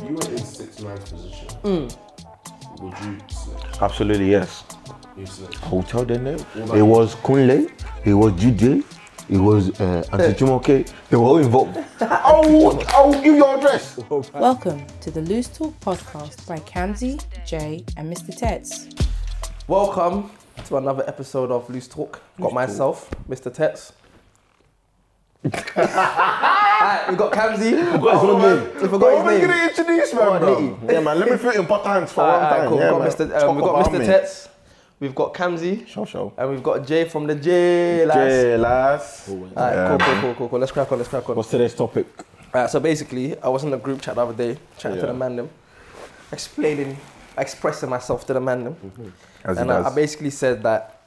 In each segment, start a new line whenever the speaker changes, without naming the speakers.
six man's position, would you select?
Absolutely, yes.
You select.
I will tell them now.
that
It
is-
was Kunle, it was Jude, it was uh, Auntie Jumoke. They were all involved. I will, I will give you address.
Welcome to the Loose Talk podcast by Kamsi, Jay, and Mr. Tets.
Welcome to another episode of Loose Talk. got myself, Mr. Tets. Alright, we got Kamzi. We forgot his name. We forgot his name.
introduce me, bro. Yeah, man. Let me feel important for
Alright, alright, cool.
Yeah,
we
man.
got Mr.
Talk
Um, we got
about
Mr.
me.
Tets. We've got Kamzi.
Show, show.
And we've got Jay from the J lads.
Yeah, lass.
Alright,
Yeah,
cool, cool,
man.
cool, cool, cool. Let's crack on, let's crack on.
What's today's topic?
Alright, Uh, so basically, I was in a group chat the other day, chatting to
Yeah.
the man them, explaining, expressing myself to the man them.
Mm-hmm. As
and I, I basically said that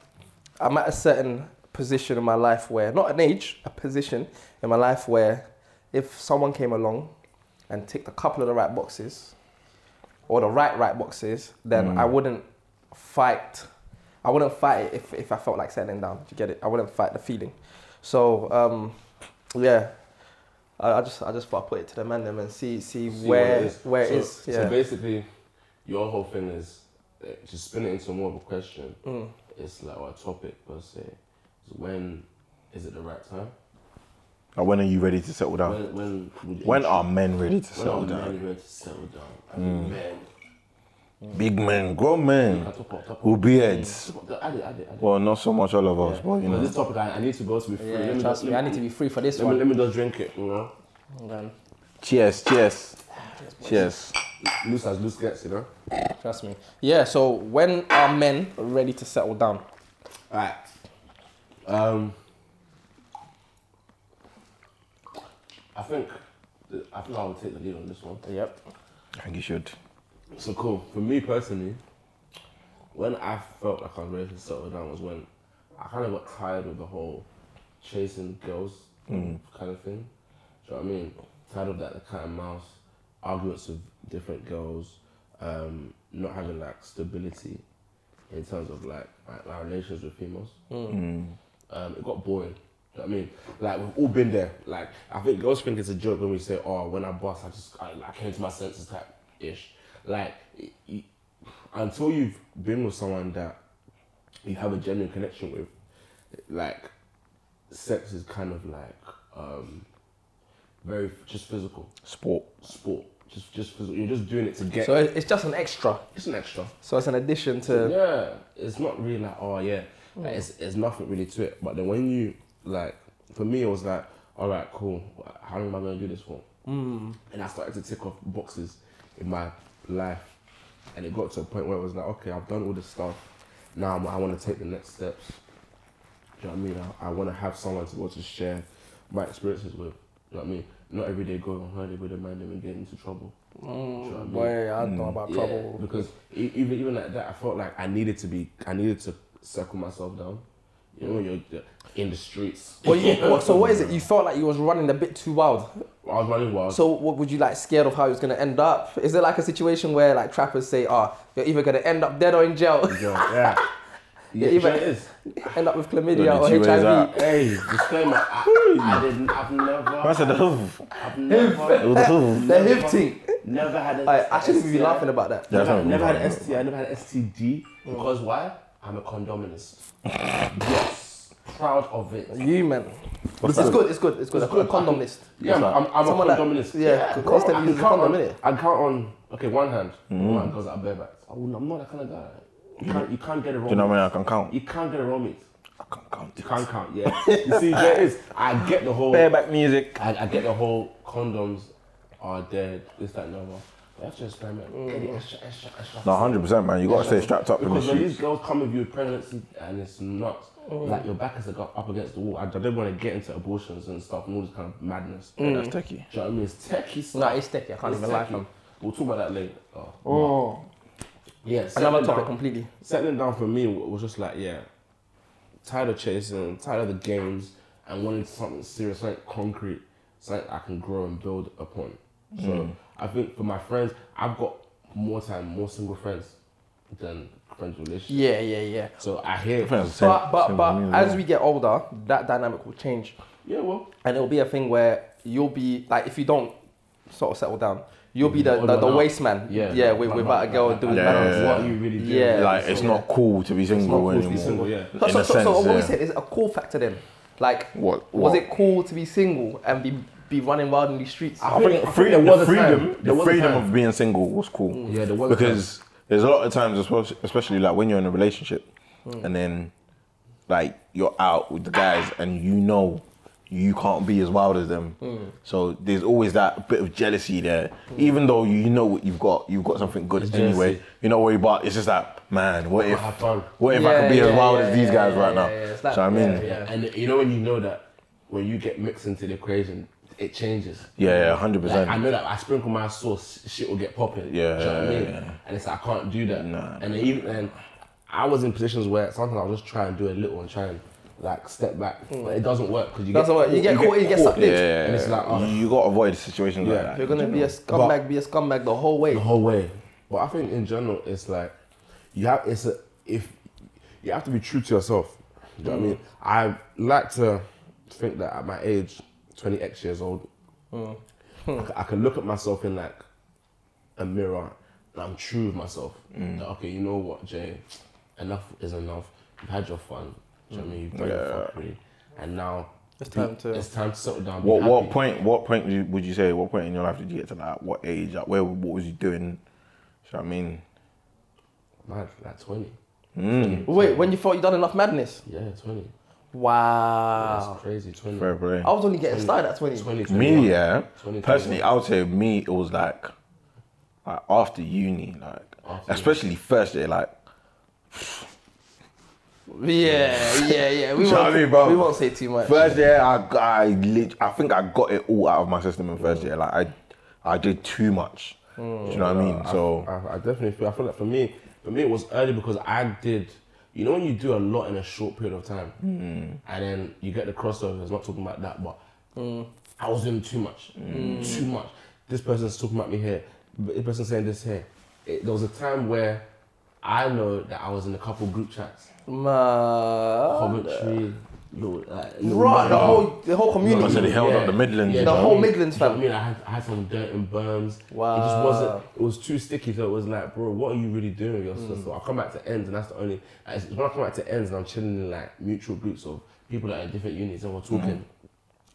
I'm at a certain position in my life where, not an age, a position in my life where if someone came along and ticked a couple of the right boxes or the right, right boxes, then I
Hmm.
wouldn't fight. I wouldn't fight it if, if I felt like settling down. Do you get it? I wouldn't fight the feeling. So, um, yeah. I, I just I just thought I'd put it to the man them and see see,
See
where
what it is.
where
so,
it is. Yeah.
So basically, your whole thing is uh, to spin it into more of a question.
Mm.
It's like our topic per se. Is when is it the right time?
Now, when are you ready to settle
When
down?
when would
When are men ready to
when are
settle down? Mm.
men ready to settle down? I mean, men.
Big men, grown men,
I talk about topic.
who be heads.
I did, I did, I did.
Well, not so much all of us, but you know.
this topic, I, I need to go to be free. Let
Yeah,
me
trust
just-
me, I need to be free for this
Let me,
one.
let me just drink it, you know.
Man,
Cheers, cheers, cheers.
Loose as loose gets, you know.
Trust me. Yeah, so when are men ready to settle down?
Alright. Um, I think I think I will take the lead on this one.
Yep.
I think you should.
So cool. For me personally, when I felt like I was ready to settle down was when I kind of got tired of the whole chasing girls kind of thing. Do you know what I mean? Tired of that cat and mouse arguments with different girls, um, not having like stability in terms of like my, my relations with females. Um, it got boring. Do you know what I mean? Like we've all been there. Like I think girls think it's a joke when we say, "Oh, when I bust, I just I, I came to my senses," type ish. Like y- y- until you've been with someone that you have a genuine connection with, like sex is kind of like um, very just physical
Sport.
sport. Just just physical. You're just doing it to get.
So it- it's just an extra.
it's an extra.
So it's an addition to.
Yeah, it's not really like oh yeah, like, it's it's nothing really to it. But then when you like, for me it was like, all right, cool. How long am I gonna do this for? Mm. And I started to tick off boxes in my life, and it got to a point where it was like, okay, I've done all this stuff. Now I'm, I want to take the next steps. Do you know what I mean? I, I want to have someone to be able to share my experiences with. Do you know what I mean? Not every day going on holiday with a man and getting into trouble. Do you know what I mean?
Mm, Boy, I don't know about
Hmm, Yeah,
trouble.
because e- even even like that, I felt like I needed to be, I needed to circle myself down. You know, when you're uh, in the streets.
Well, you, what- so what is it? You felt like you was running a bit too wild.
I was running wild.
So what would you like scared of how it was gonna end up? Is it like a situation where like trappers say, "Ah, you're either gonna end up dead or in jail,
yeah, yeah. yeah,
even-
it is.
end up with
You're
chlamydia
the
or
two ways
HIV"?
out.
Hey, disclaimer. I, I didn't. I've never.
I said, "Oof,
I've never.
oof."
The hip thing.
Never had.
I, I shouldn't even be laughing about that.
Yeah,
Never,
that's
never
not
had an
good.
STI. I never had an STD because why? I'm a condominist. yes, proud of it.
You man,
What's
it's
that?
good. It's good. It's good. I'm a condom list.
Yeah, I'm, I'm, I'm
Someone
a
that-
condominist.
yeah, could constantly
I
use
can
a
count
condom,
on-
innit?
I can count on okay, one hand. One hand goes out bareback. Oh, I'm not that kind of guy. You can't, you can't get it wrong.
You know what I mean? I can count.
You can't get it wrong, mate.
I can count.
You can't count. Yeah. you see, there is. I get the whole. I,
Bareback music.
I get the whole condoms are dead. This that and the other. But That's just man. Get it extra, extra, extra.
No, hundred percent, man. You gotta stay strapped up in the
Because when these
streets.
girls come with you with pregnancy and it's not like your back is like up against the wall. I, I don't want to get into abortions and stuff and all this kind of madness.
That's techie.
Do you know what I mean? It's techie stuff.
No, it's techie. I can't
It's
even lie.
techie.
fam.
We'll talk about that later. Oh.
Oh,
Yeah, settling
another topic
down-
completely.
Settling down for me wa- was just like, yeah, tired of chasing, tired of the games, and wanted something serious, like concrete, something I can grow and build upon. So
Mm.
I think for my friends, I've got more time, more single friends than friends with relationships.
Yeah, yeah, yeah.
So I hear,
But but but as we get older, that dynamic will change,
yeah, well,
and it'll be a thing where you'll be like, if you don't sort of settle down. You'll
Mm-hmm.
be the,
Or
the,
not
the
now.
waste man.
Yeah.
Yeah, wi-
Like,
without
like,
a girl
like,
doing
like, like,
that. balance.
Yeah.
What you really do.
Yeah.
Like,
Like it's not cool to be single
cool to be
anymore.
single, yeah.
So,
In
so,
a
so,
sense,
so what we
yeah.
said is a cool factor then. Like,
What, what?
was
Ah,
it cool to be single and be, be running wild in these streets?
I think, I think
the
there was a
freedom,
time.
the
There was a
freedom
time.
of being single was cool.
Yeah, there was a
because there's a lot of times, especially, especially like when you're in a relationship,
Hmm.
and then like you're out with the guys, and you know you can't be as wild as them.
Hmm.
So there's always that bit of jealousy there, even though you know what you've got, you've got something good
It's
anyway.
jealousy.
You're not worried about. It's just that man. What if?
have fun.
What if I
Yeah,
could be as
yeah,
wild
yeah,
as these
yeah,
guys
yeah,
right now?
yeah, yeah. It's like-
So I mean,
yeah,
Yeah. And you know when you know that when you get mixed into the equation, it changes.
yeah, hundred
Like, I
percent.
know that I sprinkle my sauce, shit will get popping.
Yeah,
do you know what I mean?
yeah.
And it's like, I can't do that.
Nah.
And then even and I was in positions where sometimes I'll just try and do a little and try and like step back, but it doesn't work because you
Hmm. Doesn't
get
work. You get caught, you get sucked
Yeah,
in.
yeah,
And it's like, oh.
you got to avoid situations
Yeah.
like that.
You're gonna be a scumbag, be a scumbag the whole way.
the whole way. But I think in general, it's like you have it's a, if you have to be true to yourself. Do you know what I
Mm.
mean? I like to think that at my age, twenty X years old,
Mm.
I c- I can look at myself in like a mirror and I'm true with myself.
Mm.
Like, okay, you know what, Jay, enough is enough. You've had your fun. Do you know what I mean? You've done your fuckery, and now
It's
be-
time to-
it's time to settle down. be
What what
happy.
point what point do you- would you say what point in your life did you get to that? What age? Like where what was you doing? So I mean, hmm,
Man, like twenty.
Wait, when you thought you done enough madness?
Yeah, twenty.
Wow.
That's crazy. Twenty.
fair play.
I was only getting started at 20.
20, 21.
me yeah.
20,
Personally, I would say me it was like, like after uni, like
After
especially first year, like
Yeah, yeah, yeah. We
You know
won't,
what I mean, bro?
we won't say too much.
first year I g- I lit, I think I got it all out of my system in first year. Like I I did too much. Do you know what I mean? So
I, I definitely feel. I feel like for me, for me, it was early because I did. You know when you do a lot in a short period of time, and then you get the crossovers. Not talking about that, but I was doing too much, too much. This person's talking about me here. but This person's saying this here. It, there was a time where I know that I was in a couple group chats.
Ma-
Coventry, little, like, little
Right, the
Motherwell.
whole, the whole
I said
community.
it held up the Midlands.
Yeah,
you
The
know?
I
whole
mean,
Midlands
do you know
fam.
what I mean, I had, I had some dirt and berms. It just
Wow.
wasn't. It was too sticky. So it was like, bro, what are you really doing with yourself?
Mm.
So I come back to ends, and that's the only. it's- When I come back to ends, and I'm chilling in like mutual groups of people that are in different units, and we're talking.
Mm.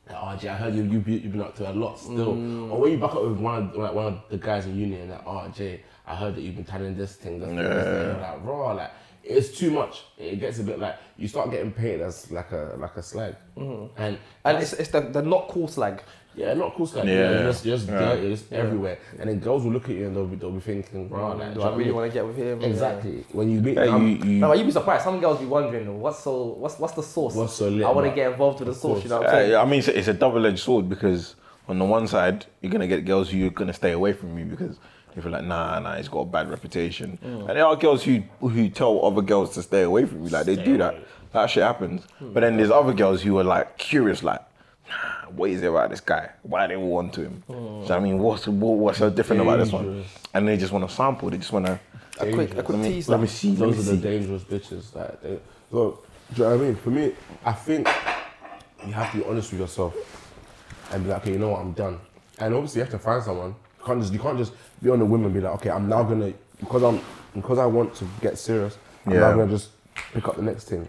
Like, oh, Jay, I heard you, you be, you've been up to a lot still. Or when you back up with one of, like, one of the guys in uni and like, oh, Jay, I heard that you've been telling this thing, this thing, this thing. You're like, raw, like, it's too much. It gets a bit like, you start getting painted as like a like a slag. And
Mm. And it's, it's the, the not cool slag.
yeah, not cool stuff.
Yeah.
Yeah, you're just, you're just
Yeah.
dirty, you're just everywhere. And then girls will look at you and they'll be, they'll be thinking, wow, like, do
Do
you know
I
what
really
I mean?
want to get with him?
Exactly. When you meet
Yeah,
them,
you- you-
No, but you'd be surprised. Some girls be wondering what's so what's what's the source?
What's so lit,
I want to
man?
get involved with the source. You know what I'm saying?
Uh, I mean, it's a, it's a double-edged sword because on the one side, you're gonna get girls who are gonna stay away from you because they feel like, nah, nah, he's got a bad reputation.
Mm.
And there are girls who who tell other girls to stay away from you, like they do that. That shit happens.
Hmm.
But then there's other girls who are like curious, like, nah, what is it about this guy? Why they all onto him? So I mean, what's what, what's so different about this one?
Hmm. Dangerous.
And they just want to sample. They just want to.
A quick, a quick
Let me,
tease.
let
like-
me see. Let me
those are the
see.
dangerous bitches. Like, they, so, do you know what I mean? For me, I think you have to be honest with yourself and be like, okay, you know what, I'm done. And obviously, you have to find someone. You can't just, you can't just be on the women and be like, okay, I'm now gonna because I'm because I want to get serious. I'm now
Yeah.
gonna just pick up the next thing.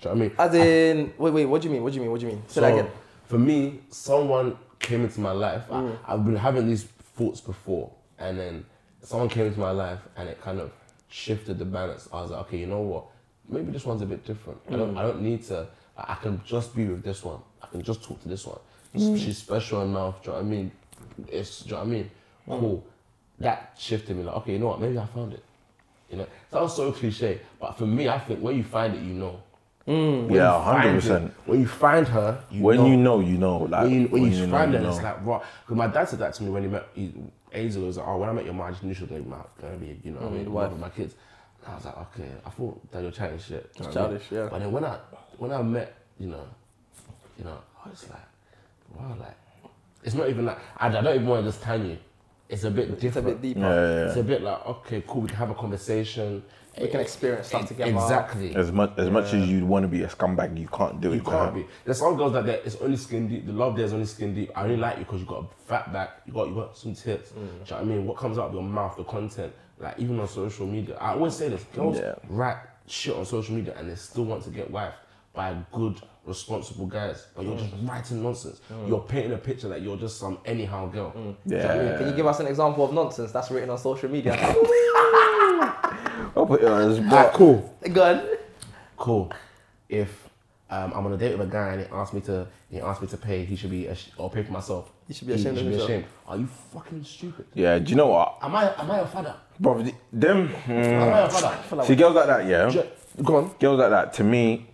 Do you know what I mean?
As in, wait, wait. What do you mean? What do you mean? What do you mean? Say that
So,
again.
For me, someone came into my life.
Mm.
I, I've been having these thoughts before, and then someone came into my life, and it kind of shifted the balance. I was like, okay, you know what? Maybe this one's a bit different. I,
Mm.
don't, I don't need to. I I can just be with this one. I can just talk to this one.
Mm.
She's special enough. Do you know what I mean? It's. Do you know what I mean?
Mm.
Cool. That shifted me. Like, okay, you know what? Maybe I found it. You know, sounds so cliche, but for me, I think when you find it, you know. When
Yeah,
you find it-
100%.
When you find her, you
When
know
you know, you know. Like
when you, when you,
know,
find
you
them, it's
know.
like, right. Because my dad said that to me when he met he, ages ago. He was like, oh, when I met your mom, I just knew she was going to be, you know what I
Mm,
mean, one of my kids. And I was like, okay, I thought that you're chatting shit. you know what I mean?
childish, yeah.
But then when I, when I met, you know, you know, I was like, wow, like, it's not even like, I, I don't even want to just tan you. it's a bit
It's a
different.
bit deeper.
Yeah, yeah,
It's
yeah.
a bit like okay, cool. We can have a conversation.
We can experience stuff
Ex-
together.
Exactly.
As much as much as you'd want to be a scumbag, you can't do it.
You can't be. There's some girls that they're- it's only skin deep. The love there's only skin deep. I only like you because you got a fat back. You got you got some tits.
Mm.
Do you know what I mean? What comes out of your mouth, the content, like even on social media. I always say this: girls
Yeah.
write shit on social media and they still want to get wifed by good, responsible guys. But
Mm.
you're just writing nonsense. You're painting a picture that you're just some anyhow
Mm.
girl.
Yeah.
Can you give us an example of nonsense that's written on social media?
Oh, but, uh, it's
Ah,
got-
cool.
Go on.
cool. If um, I'm on a date with a guy and he asked me to, he asked me to pay, he should be, ash- or pay for myself.
You should be
He
ashamed of yourself.
Are you fucking stupid?
Yeah, do you know what,
Am I, am I your father?
bro?
Am
Them mm,
I your father?
see girls like that, yeah.
Ju- Go on.
girls like that to me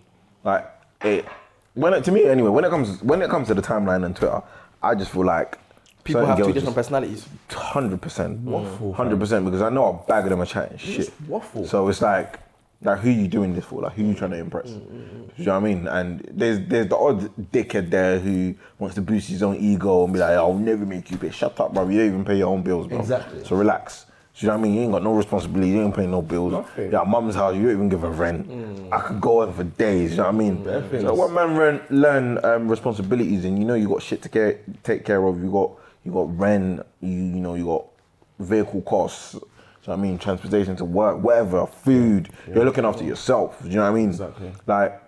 like it when it to me anyway when it comes when it comes to the timeline and twitter i just feel like
People
certain
have two
girls
different personalities.
just 100%
Waffle,
100% Mm. because i know a bag of them are chatting shit
waffle.
so it's like like who you doing this for like who you trying to impress
Mm,
you know what i mean and there's there's the odd dickhead there who wants to boost his own ego and be like i'll never make you pay shut up bro you don't even pay your own bills bro
Exactly.
so relax do you know what I mean? You ain't got no responsibility. You ain't paying no bills.
Nothing.
Yeah, mum's house. You don't even give a rent. I could go on for days. You know what I mean?
Bare
So
things.
when man learn, learn um, responsibilities, and you know you got shit to care, take care of. You got you got rent. You you know you got vehicle costs. Do you know what I mean? Transportation to work, whatever, food. You're looking after yourself. Do you know what I mean?
Exactly.
Like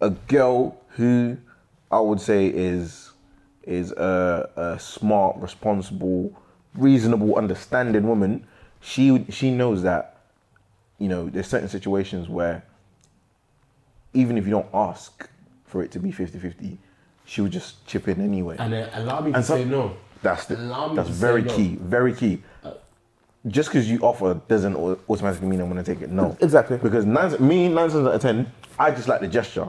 a girl who I would say is is a, a smart, responsible, reasonable, understanding woman. She she knows that you know there's certain situations where even if you don't ask for it to be 50-50, she would just chip in anyway.
And then allow me to
And so-
say no.
That's the,
Allow me
that's
to
very
say no.
key. Very key. Just because you offer doesn't au- automatically mean I'm gonna take it. No,
Exactly.
Because nine, me nine times out of ten, I just like the gesture.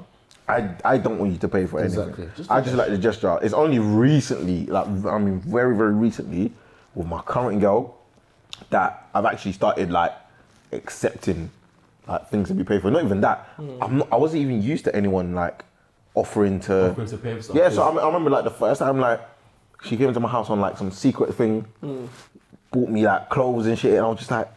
I, I don't want you to pay for anything.
Exactly. Just the
I just like the gesture. It's only recently, like I mean, very very recently, with my current girl, that I've actually started like accepting like things to be paid for. Not even that.
Hmm.
I'm not, I wasn't even used to anyone like offering to
Offering to pay for stuff,
Yeah, so
yeah.
I, I remember like the first time like she came to my house on like some secret thing, bought me like clothes and shit, and I was just like,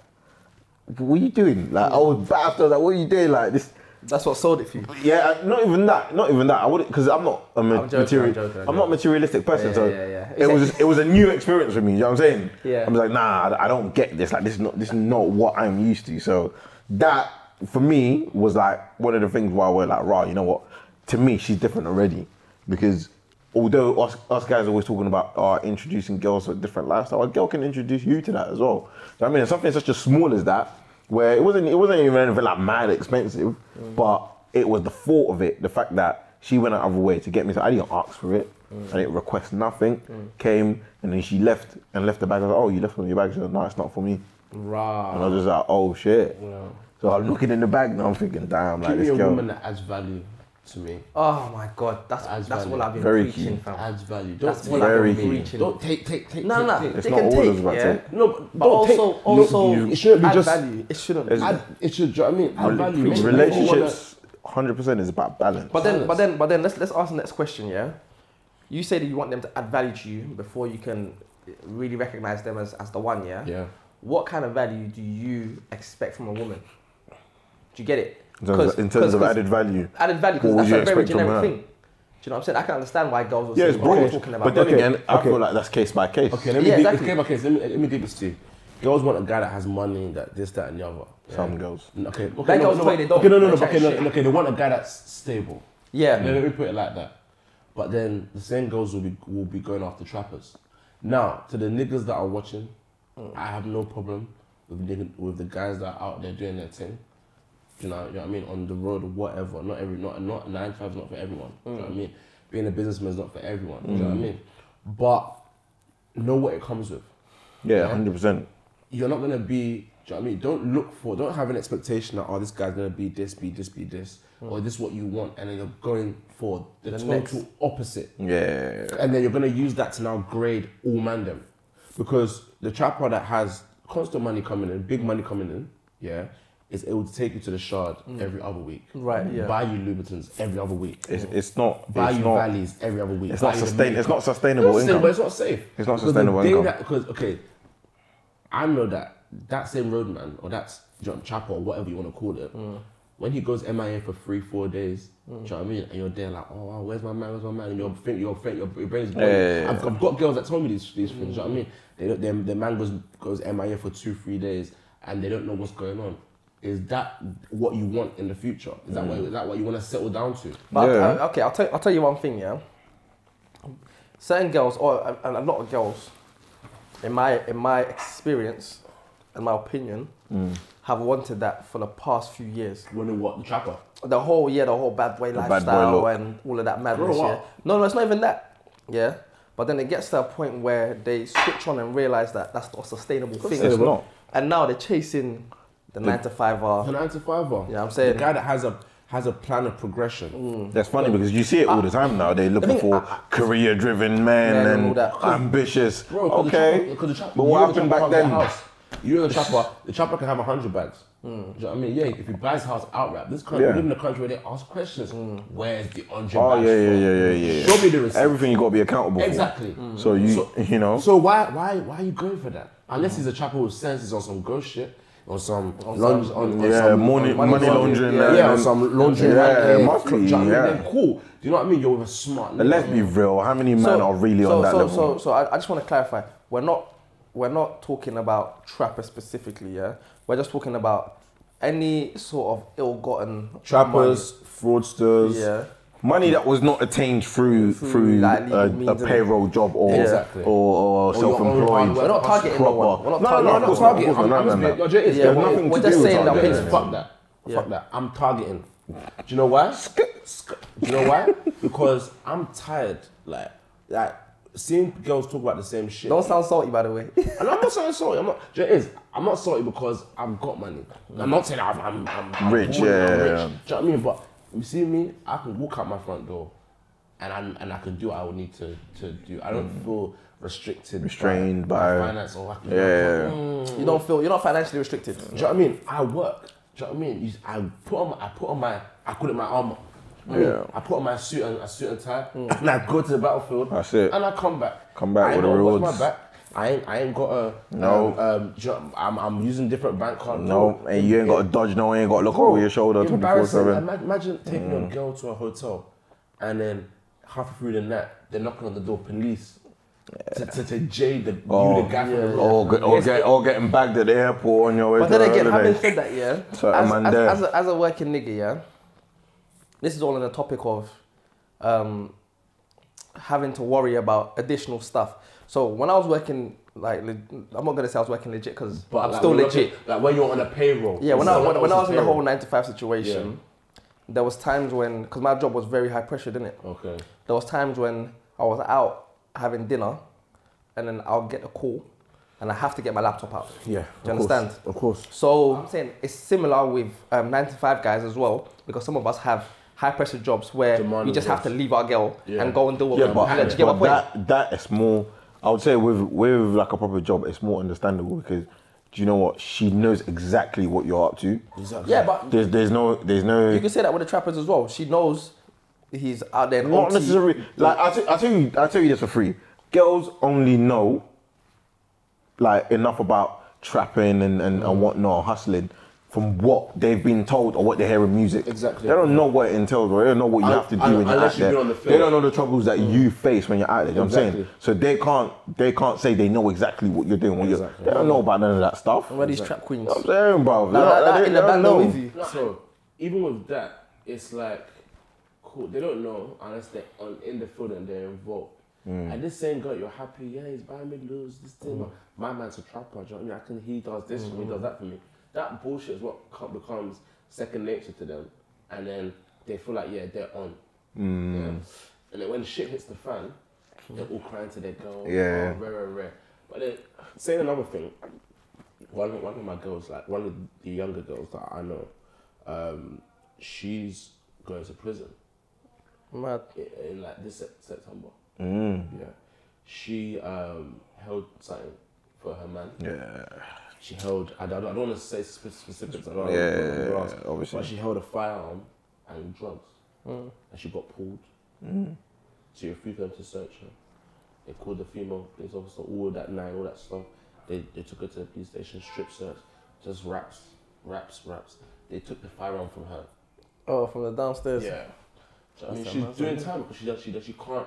"What are you doing?" Like I was baffled. I was like, "What are you doing?" Like this.
That's what sold it for you.
Yeah, I- not even that. Not even that. I wouldn't because I'm not a ma-
I'm joking, I'm
material. I'm,
joking, I'm
not a
joking.
materialistic person.
Yeah,
so
yeah, yeah.
it was just, it was a new experience for me. You know what I'm saying?
Yeah.
I was like, nah, I- I don't get this. Like this is not this is not what I'm used to. So that for me was like one of the things why we're like, raw. You know what? To me, she's different already because. Although us, us guys are always talking about uh, introducing girls to a different lifestyle, a girl can introduce you to that as well. So, I mean, it's something such as small as that, where it wasn't it wasn't even anything like mad expensive,
Mm.
but it was the thought of it, the fact that she went out of her way to get me. So I didn't ask for it. I didn't request nothing. Came and then she left and left the bag. I was like, oh, you left one of your bags. She said, no, it's not for me. And I
Rah.
was just like, oh shit.
Wow.
So I'm looking in the bag and I'm thinking, damn, like
Give me a
this girl.
woman that adds value to me.
Oh my god, that's
As
that's
valid.
all I've been
Very
preaching,
key.
fam.
Adds value. Don't
That's
take.
what I've
Very
been
key.
preaching.
Don't take. Take. Take.
No,
take,
no,
take.
It's
they
not
can
all
take,
it's about
yeah.
take.
No, but,
But also,
take,
also,
you-
it shouldn't be
add
just.
value. It shouldn't.
It's-
Add, it should. Do you know what I mean? Add value. Make people wanna-
Relationships, 100% is about balance.
But then, but then, but then, let's let's ask the next question. Yeah, you say that you want them to add value to you before you can really recognize them as, as the one. Yeah?
Yeah.
What kind of value do you expect from a woman? Do you get it?
in terms, of, in terms of added value.
added value,
what
because
would
that's
you
a very
expect from
generic
her?
thing. Do you know what I'm saying? I can understand why girls will
Yeah,
say,
it's
"Oh, you're
broad.
talking about
But then
me."
again, I
okay.
feel like that's case by case.
Okay, let me yeah,
Yeah,
deep,
exactly.
okay, okay, so let me let me deep this to you. Girls want a guy that has money, that this, that, and the other. yeah?
Some girls.
Okay, okay,
That
no,
girls
no,
play, they don't-
Okay, no, no, no.
they
Okay,
chat
no,
shit.
okay, they want a guy that's stable.
yeah,
Let me put it like that. But then the same girls will be will be going after trappers. Now to the niggas that are watching, I have no problem with nigga, with the guys that are out there doing their thing. You know, you know what I mean on the road or whatever. Not every not not nine to five's not for everyone. You know what I mean. Being a businessman is not for everyone. You know what I mean. But know what it comes with
Yeah, 100%.
you're not gonna be. Do you know what I mean? Don't look for. Don't have an expectation that oh, this guy's gonna be this, be this, be this,
Hmm.
or this is what you want, and then you're going for the,
The
total
next.
opposite,
Yeah.
and then you're gonna use that to now grade all man them, because the trapper that has constant money coming in, big money coming in, yeah, is able to take you to the shard
Hmm.
every other week,
Right, yeah.
Buy you Louboutins every other week.
It's, it's not.
Buy
it's
you
not
valleys every other week.
It's
Buy
not
you the
sustain.
main-
It's not sustainable
it's not sustainable,
income.
It's not safe.
It's not
Because the
sustainable
day
income.
Because okay, I know that that same roadman or that John Chap or whatever you want to call it,
Mm.
when he goes MIA for three, four days, do you know what I mean? And you're there like, oh, wow, where's my man? Where's my man? And you're think, you're think, your brain's going.
yeah, yeah. Mm.
I've, I've got girls that told me these, these things. Do you know what I mean? They don't, their, their man goes goes MIA for two, three days, and they don't know what's going on. Is that what you want in the future? Is
Mm.
that what is that what you want to settle down to?
But
Yeah.
I- I- okay, I'll tell, I'll tell you one thing, yeah. Certain girls, or a, a lot of girls, in my in my experience, in my opinion,
Mm.
have wanted that for the past few years.
Running what the trapper?
The whole yeah, the whole bad boy
bad boy
lifestyle
look.
and all of that madness.
Grow
Yeah.
up.
No, no, it's not even that. Yeah. But then it gets to a point where they switch on and realize that that's not a sustainable thing.
it's not.
And now they're chasing the nine to five
A
hour.
nine to fiver.
Yeah, I'm saying-
the guy that has a has a plan of progression.
That's funny because you see it
Ah,
all the time now. They're looking for career-driven men
and all
and
that.
ambitious.
Bro, 'cause the
okay,
chopper- 'cause the chopper-
but
you
what
know the
happened
chopper
back
can't get a
then? Mm.
house. You know the chopper, the chopper can have 100 bags. Do you know what I mean? Yeah, if he buys a house outright, this country,
Yeah. Mm.
we live in a country where they ask questions. Where's the 100
Oh
bags
yeah, yeah,
from?
yeah, yeah, yeah.
Show me the receipt.
Everything you got to be accountable for.
Exactly. Mm.
So Mm. you, you know,
So why, why, why are you going for that? Unless he's a chopper with sense, he's on some ghost shit, on some lunge, on, on
Yeah,
some
money-
on
money laundering,
yeah,
man,
yeah, on
and-
some laundering,
Yeah,
racket,
must
do you
be,
know what I mean?
yeah.
Then cool. Do you know what I mean? You're with a smart.
but let's be real. How many men are really
so,
on that
so,
level?
So, so I, I just want to clarify. We're not we're not talking about trapper specifically. Yeah, we're just talking about any sort of ill-gotten
Trappers, fraudsters,
money. Yeah,
money that was not attained through
Through,
through
like, legal
a,
means
a
and-
payroll job or
Exactly.
or, or
your own
self-employed.
hard
we're
work.
not targeting no one.
Proper.
We're not
Oh,
No, no,
targeting
no,
no
it's not
one.
targeting. I'm- I'm just being-
Your joke is
Yeah,
there's
we're-
nothing
we're
to
just
do with
saying that
targeting.
we're-
Fuck that. Fuck that. I'm targeting. Do you know why? Sk- Do you know why? Because I'm tired. Like, like seeing girls talk about the same shit.
Don't sound salty, by the way.
And I'm not saying salty. I'm not. do you know It is. I'm not salty because I've got money. I'm not saying I'm, I'm, I'm, I'm
Rich,
poor,
yeah,
I'm
yeah,
rich.
yeah.
Do you know what I mean? But you see me, I can walk out my front door, and I and I can do what I would need to to do. I don't feel restricted, by-
Restrained
by,
by-
finance or I can
Yeah.
Mm.
you don't feel you're not financially restricted.
Do you know what I mean? I work. Do you know what I mean? You, I put on my, I put on my, I call it my armor. I, mean,
Yeah. Mm.
I put on my suit and a suit and tie, and I go to the battlefield.
That's it.
And I come back.
Come back
I ain't
with the
gotta watch
rewards.
My back. I ain't, I ain't got a
No.
Um, um, do you know, I'm, I'm using different bank card.
No,
Bro,
and you ain't got to dodge. No, you ain't got to look over your shoulder twenty-four
embarrassing.
seven. Mm.
Ima- Imagine taking a girl to a hotel, and then halfway through the night, they're knocking on the door, police. To, to, to jade the, you
Oh,
the guy from the road.
Or, get, or, get, or getting bagged at the airport on your way
But
to
then
the
again, having
holiday.
said that, yeah, as,
So,
as,
I'm there.
as, a, as a working nigga, yeah, this is all on the topic of um, having to worry about additional stuff. So when I was working, like, le- I'm not gonna say I was working legit because I'm
like,
still
when you're-
legit.
Like when you're on a payroll.
Yeah, when I,
Someone
when, when I was
else's
in the whole
payroll.
nine to five situation, there was times when because my job was very high pressure, didn't it?
Okay.
There was times when I was out having dinner, and then I'll get a call, and I have to get my laptop out.
Yeah.
Do you understand?
Of course.
So I'm saying it's similar with um, nine to five guys as well because some of us have high pressure jobs where
Demanding
we just have to
jobs.
leave our girl
Yeah.
and go and do what
Yeah,
we
but,
do you get my
but
point?
that that is more. I would say with with like a proper job, it's more understandable because do you know what? She knows exactly what you're up to.
Exactly.
yeah, but
There's there's no there's no
you can say that with the trappers as well. She knows he's out there.
not
OT.
necessarily. Like I tell, I tell you, I tell you this for free. Girls only know like enough about trapping and and, and whatnot, hustling. From what they've been told or what they hear in music,
Exactly.
They don't know what it entails, or they don't know what you
Un-
have to do
un-
when you're
unless
out
you've
there.
been on the
they
field.
don't know the troubles that you face when you're out there. You know what I'm saying?
Exactly.
So they can't, they can't say they know exactly what you're doing. What
Exactly.
you're, they don't know about none of that stuff.
Where these trap queens?
I'm saying, bro.
Like, like that in the back,
know.
they're with you.
So even with that, it's like cool. They don't know unless they're on in the field and they're involved. And this same guy, you're happy, yeah, he's buying me loose, this thing.
Mm.
My man's a trapper, do you know what I mean? I can, he does this for me, he does that for me. That bullshit is what co- becomes second nature to them. And then they feel like, yeah, they're on.
Mm.
Yeah. And then when shit hits the fan, they're all crying to their girl.
Yeah.
Oh, rare, rare, rare. But then, saying another thing, one one of my girls, like one of the younger girls that I know, um, she's going to prison
Mad.
in, in like this Sep- September.
Mm.
Yeah, she um, held something for her man.
Yeah.
She held. I don't, I don't want to say spe- specifics. I don't
Yeah,
wanna put it on
yeah,
blast,
yeah, obviously.
But she held a firearm and drugs, and she got pulled. She refused them to search her. They called the female police officer, all that nine, all that stuff. They, they took her to the police station, strip search, just raps, raps, raps. They took the firearm from her.
Oh, from the downstairs.
Yeah. I mean,
That's
she's
amazing.
doing time because she does, she does, she can't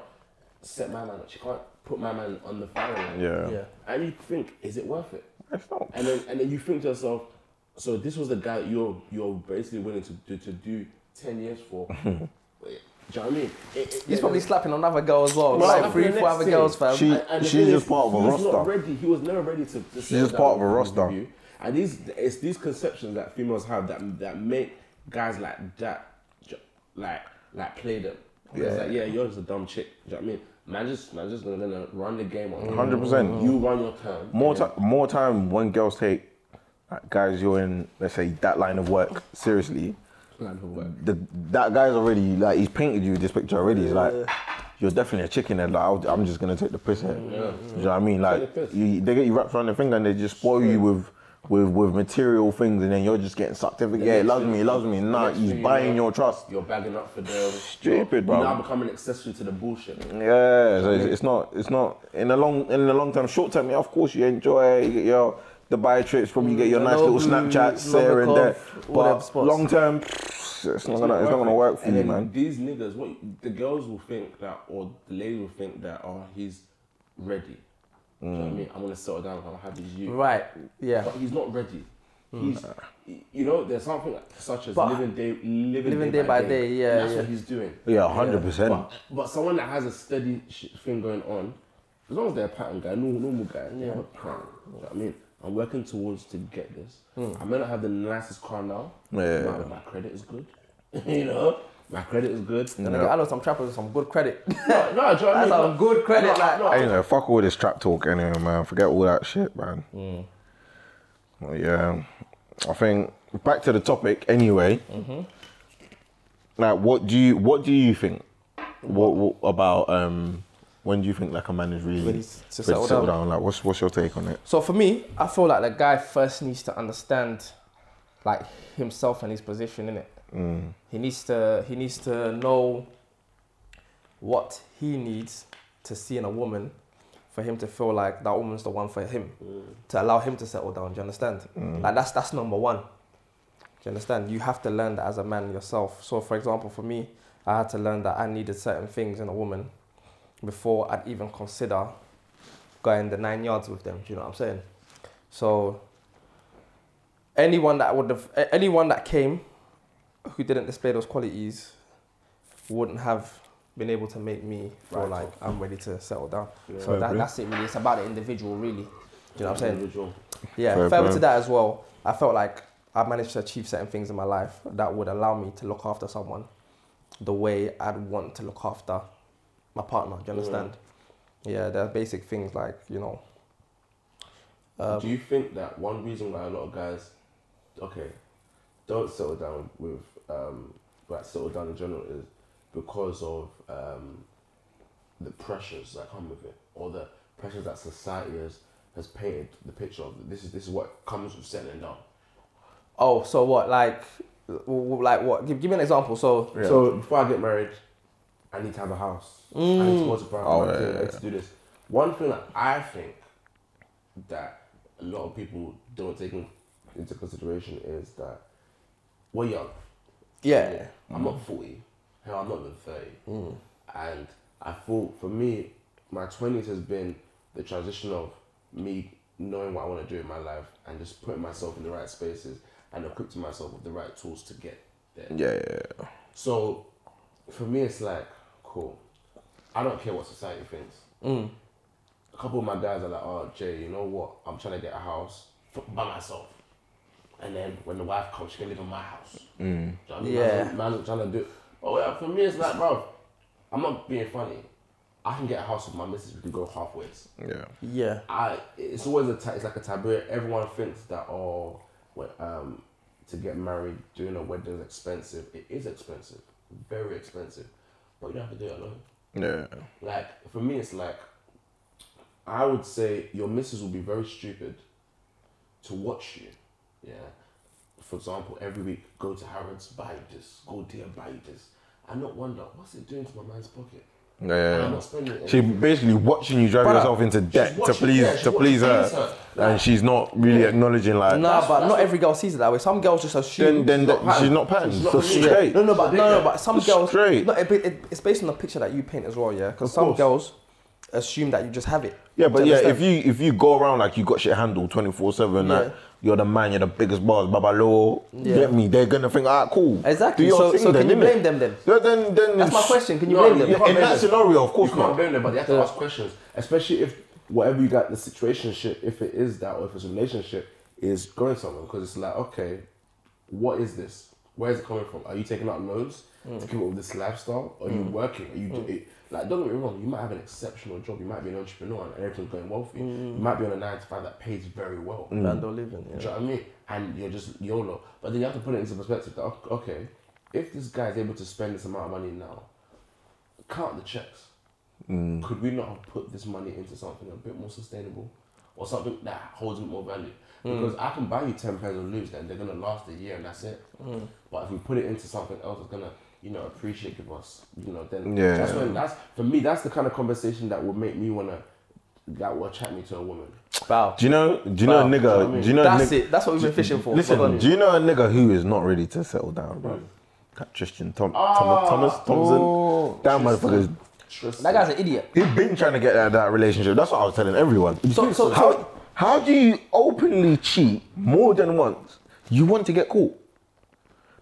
set my man up. She can't put my man on the firing. line.
Yeah.
Yeah.
And you think, is it worth it?
It's not.
And then and then you think to yourself, so this was the guy you're you're basically willing to do to do ten years for. Wait, do you know what I mean? It- it-
He's
it-
probably slapping another girl as well.
Well,
like
I'm
three,
the
four
next
other
thing.
girls, fam.
She-
and the
she's
thing
just
is,
part of a
he was not
roster.
ready. He was never ready to. to sit
just
down
part of a
and
roster.
interview. And these it's these conceptions that females have that that make guys like that, ju- like like play them. Yeah, it's like, yeah, you're just a dumb chick. Do you know what I mean? Man, just man, just gonna, gonna run the game on you.
100%.
You run your turn.
More time, more time when girls take like, guys you're in, let's say that line of work seriously. The, that guy's already like he's painted you this picture already. He's like you're definitely a chicken head. Like I'll, I'm just gonna take the piss here. Do you know what I mean? Like
the piss.
you, they get you wrapped around the finger and they just spoil you with. With, with material things and then you're just getting sucked every yeah, it
next
loves
thing-
me, it loves me. Nah,
next
he's
thing you
buying
know-
your trust.
You're bagging up for them.
Stupid,
You're
bro.
Now become an accessory to the bullshit.
Yeah, so it's, it's not it's not in the long in the long term, short term. Yeah, of course you enjoy you get your Dubai trips, probably you get your
Mm,
nice
Malibu,
little Snapchats there and there.
Novikov, all them
But
spots.
long term, it's not gonna it's not gonna
it.
work for
and
you,
then
man.
These niggas, what the girls will think that, or the ladies will think that, oh, he's ready. Do you know what I
Mm.
mean? I'm gonna settle down. I'm happy as you.
Right. Yeah. Hmm.
But he's not ready. He's, you know, there's something such as
But-
living day, living,
Living day by day, yeah,
And that's
yeah.
what he's doing.
Yeah, hundred percent.
But, but someone that has a steady sh- thing going on, as long as they're a pattern guy, normal, normal guy, they have a plan. You know what I mean? I'm working towards to get this.
Hmm.
I may not have the nicest car now,
Yeah.
but my credit is good. you know, my credit is good. No,
I know some trappers with some good credit.
no, do you know what I
That's
mean?
some
No,
good credit,
no,
like-
no,
Anyway, fuck all this trap talk anyway, man. Forget all that shit, man. Well, yeah, I think back to the topic anyway. Like, what do you what do you think? What, what about um when do you think like a man is really
Ready to
ready to
settle
settle
down.
down? Like, what's what's your take on it?
So for me, I feel like the guy first needs to understand, like himself and his position in it. He needs to he needs to know what he needs to see in a woman for him to feel like that woman's the one for him to allow him to settle down. Do you understand?
Mm.
Like that's that's number one. Do you understand? You have to learn that as a man yourself. So for example, for me, I had to learn that I needed certain things in a woman before I'd even consider going the nine yards with them. Do you know what I'm saying? So anyone that would have a- anyone that came who didn't display those qualities wouldn't have been able to make me feel
Right.
like I'm ready to settle down.
Fair
So that,
play.
that's it really. It's about the individual really. Do you know what I'm saying?
Individual.
Yeah,
Fair
further
play.
to that as well, I felt like I managed to achieve certain things in my life that would allow me to look after someone the way I'd want to look after my partner.
Mm.
Do you understand? Yeah, there are basic things like, you know, um,
Do you think that one reason why a lot of guys, okay, don't settle down with, um, like settle down in general is because of um, the pressures that come with it, or the pressures that society has has painted the picture of. This is this is what comes with settling down.
oh, so what, like, w- w- like what? Give, give me an example. So,
So before I get married, I need to have a house. I need to go to private
Oh,
oh,
yeah, yeah,
I need to do this. One thing that I think that a lot of people don't take in- into consideration is that we're young.
yeah,
I'm
Mm.
not 40. Hell, I'm not even 30. And I feel for me, my 20s has been the transition of me knowing what I want to do in my life and just putting myself in the right spaces and equipping myself with the right tools to get there.
Yeah, yeah, yeah.
So, for me, it's like, cool. I don't care what society thinks. A couple of my guys are like, oh, Jay, you know what? I'm trying to get a house f- by myself. And then when the wife comes, she can live in my house. Mm.
Yeah.
Man's trying to do. Oh, well, for me, it's like, bro, I'm not being funny. I can get a house with my missus. We can go halfway.
yeah.
yeah.
I it's always a ta- it's like a taboo. Everyone thinks that oh, well, um, to get married doing a wedding is expensive. It is expensive, very expensive, but you don't have to do it alone.
Yeah.
Like for me, it's like I would say your missus will be very stupid to watch you. Yeah. For example, every week go to Harrods, buy this, go there, buy this, and not wonder what's it doing to my man's pocket.
Yeah, yeah,
And
yeah.
I'm not spending it.
She's basically watching you drive
Bruh,
yourself into debt to
watching-
please
yeah, she's
to please
watching
her,
her.
and she's not really acknowledging like.
Nah,
That's-
but
that's
not
the-
every girl sees it that way. Some girls just
Then,
assume.
then that- she's not patterned.
She's not
so
really-
straight.
no, no, but no, no, but some
It's
girls.
straight.
No, it, it, it's based on the picture that you paint as well, yeah. Because
Of
some
course.
girls assume that you just have it.
Yeah, but
Do you
yeah, if
understand?
you if you go around like you got shit handled twenty four seven,
Yeah.
like you're the man, you're the biggest boss, Baba Low,
Yeah.
get me. They're gonna think, ah, cool.
Exactly.
Do your
So-
thing
so can
then,
you
innit?
blame them then?
Yeah, then, then
That's my question. Can you
No,
blame
you
them?
can't
In
blame
that
them.
scenario, of course
you
not.
can't blame them, but they have to
Yeah.
ask questions, especially if whatever you got the situationship, if it is that, or if it's a relationship, is going somewhere because it's like, okay, what is this? Where is it coming from? Are you taking out loans to keep up with this lifestyle? Are
Mm.
you working? Are you do it, like? Don't get me wrong. You might have an exceptional job. You might be an entrepreneur and everything's going well for you.
Mm.
You might be on a nine to five that pays very well.
And they're living.
Do you know what I mean? And you're just YOLO. But then you have to put it into perspective that, ok- okay, if this guy is able to spend this amount of money now, count the checks. Could we not have put this money into something a bit more sustainable or something that holds more value? Because I can buy you 10 pairs of loops and they're going to last a year and that's it. But if we put it into something else that's going to, you know, appreciate give us, you know, then
Yeah.
that's when that's, for me, that's the kind of conversation that would make me want to, that will attract me to a woman.
Wow.
Do you know? Do you know, a nigga?
Bruh,
I mean,
Do you know? a
That's
nigga-
it. That's what we've been fishing for.
Listen,
Hold
do you know a nigga who is not ready to settle down, bro? That Christian Tom,
Ah.
Thomas Thompson.
Oh.
that motherfucker's
on. that guy's an idiot.
He's been trying to get out of that relationship. That's what I was telling everyone.
So- so-
how,
so-
how do you openly cheat more than once? You want to get caught.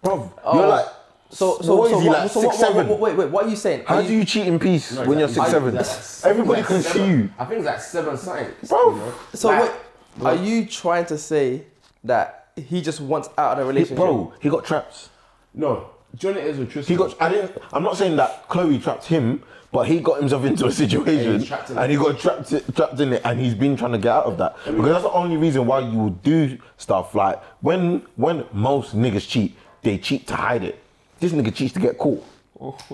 Bro, you're
Oh.
like,
So, so,
what
so,
is he,
what,
like
so what,
6'7"?
what- wait, wait, what are you saying?
how
Are
do you cheat in peace when you're six seven? Everybody can see you.
I think it's like seven science.
Bro,
So wait, are you trying to say that he just wants out of the relationship?
Bro, he got traps.
No, do you know what it is with Tristan?
He got. I didn't. I'm not saying that Chloe trapped him, but he got himself into a
And
situation,
he's trapped in
and
it.
he got trapped trapped in it, and he's been trying to get out of that because that's the only reason why you would do stuff like when when most niggas cheat, they cheat to hide it. This nigga cheats to get caught.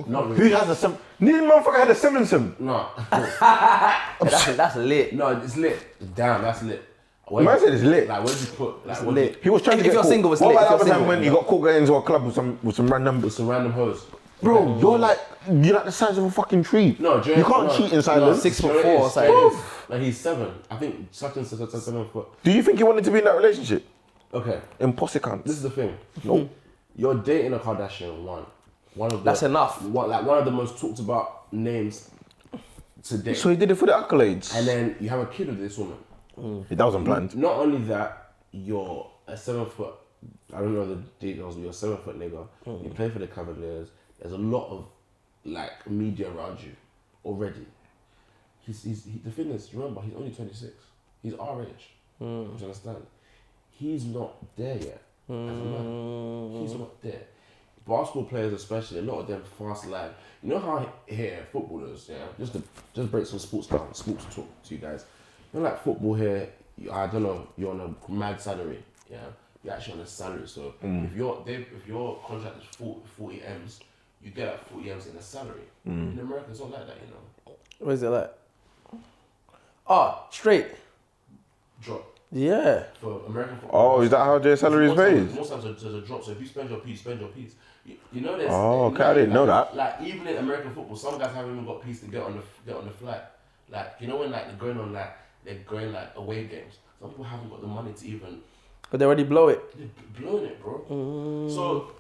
Not
Who
really.
has a sim? This motherfucker had a sim sim.
No,
that's, that's lit.
no, it's lit. Damn, that's lit. Where
Man said it's lit.
Like, where did you put? Like, what
lit.
lit.
He was trying
If-
to get
if you're
caught.
single, it's
what
lit. If
about
you're
that time
single,
when he got caught going into a club with some with some random?
With some random hoes.
Bro, you're like you're like the size of a fucking tree.
No, do
you
know-
can't
no,
cheat in silence.
No,
Six
do you
foot
know what it
four,
is?
so
Do you know
it
what it is? Like he's seven. I think such and such, such, and seven foot.
Do you think he wanted to be in that relationship?
Okay,
Imposter can't.
this is the thing. No, you're dating a Kardashian one. One of the,
That's enough.
One, like one of the most talked about names today.
So he did it for the accolades.
and then you have a kid with this woman.
that wasn't planned.
Not only that, you're a seven foot. I don't know the details, but you're a seven foot nigga. You play for the Cavaliers. There's a lot of like media around you already. He's, he's he, the thing is, remember, he's only 26. He's our age. Do you understand? He's not there yet. As a man, he's not there. Basketball players, especially, a lot of them fast life. You know how here footballers, yeah, just to just break some sports down, sports talk to you guys. You know, like football here, you, I don't know, you're on a mad salary, yeah. You're actually on a salary, so if your they, if your contract is 40, 40 m's, you get like 40 m's in a salary. In America, it's not like that, you know.
Where is it like? Oh, straight.
Drop
Yeah.
for American football.
Oh, is that how their salary is
Most times-
paid?
Most times there's there's a drop, so if you spend your piece, spend your piece. You, you know this.
Oh, okay, I didn't know that.
Like even in American football, some guys haven't even got piece to get on the get on the flight. Like you know when like they're going on like they're going like away games. Some people haven't got the money to even
But they already blow it.
they're b- blowing it, bro. So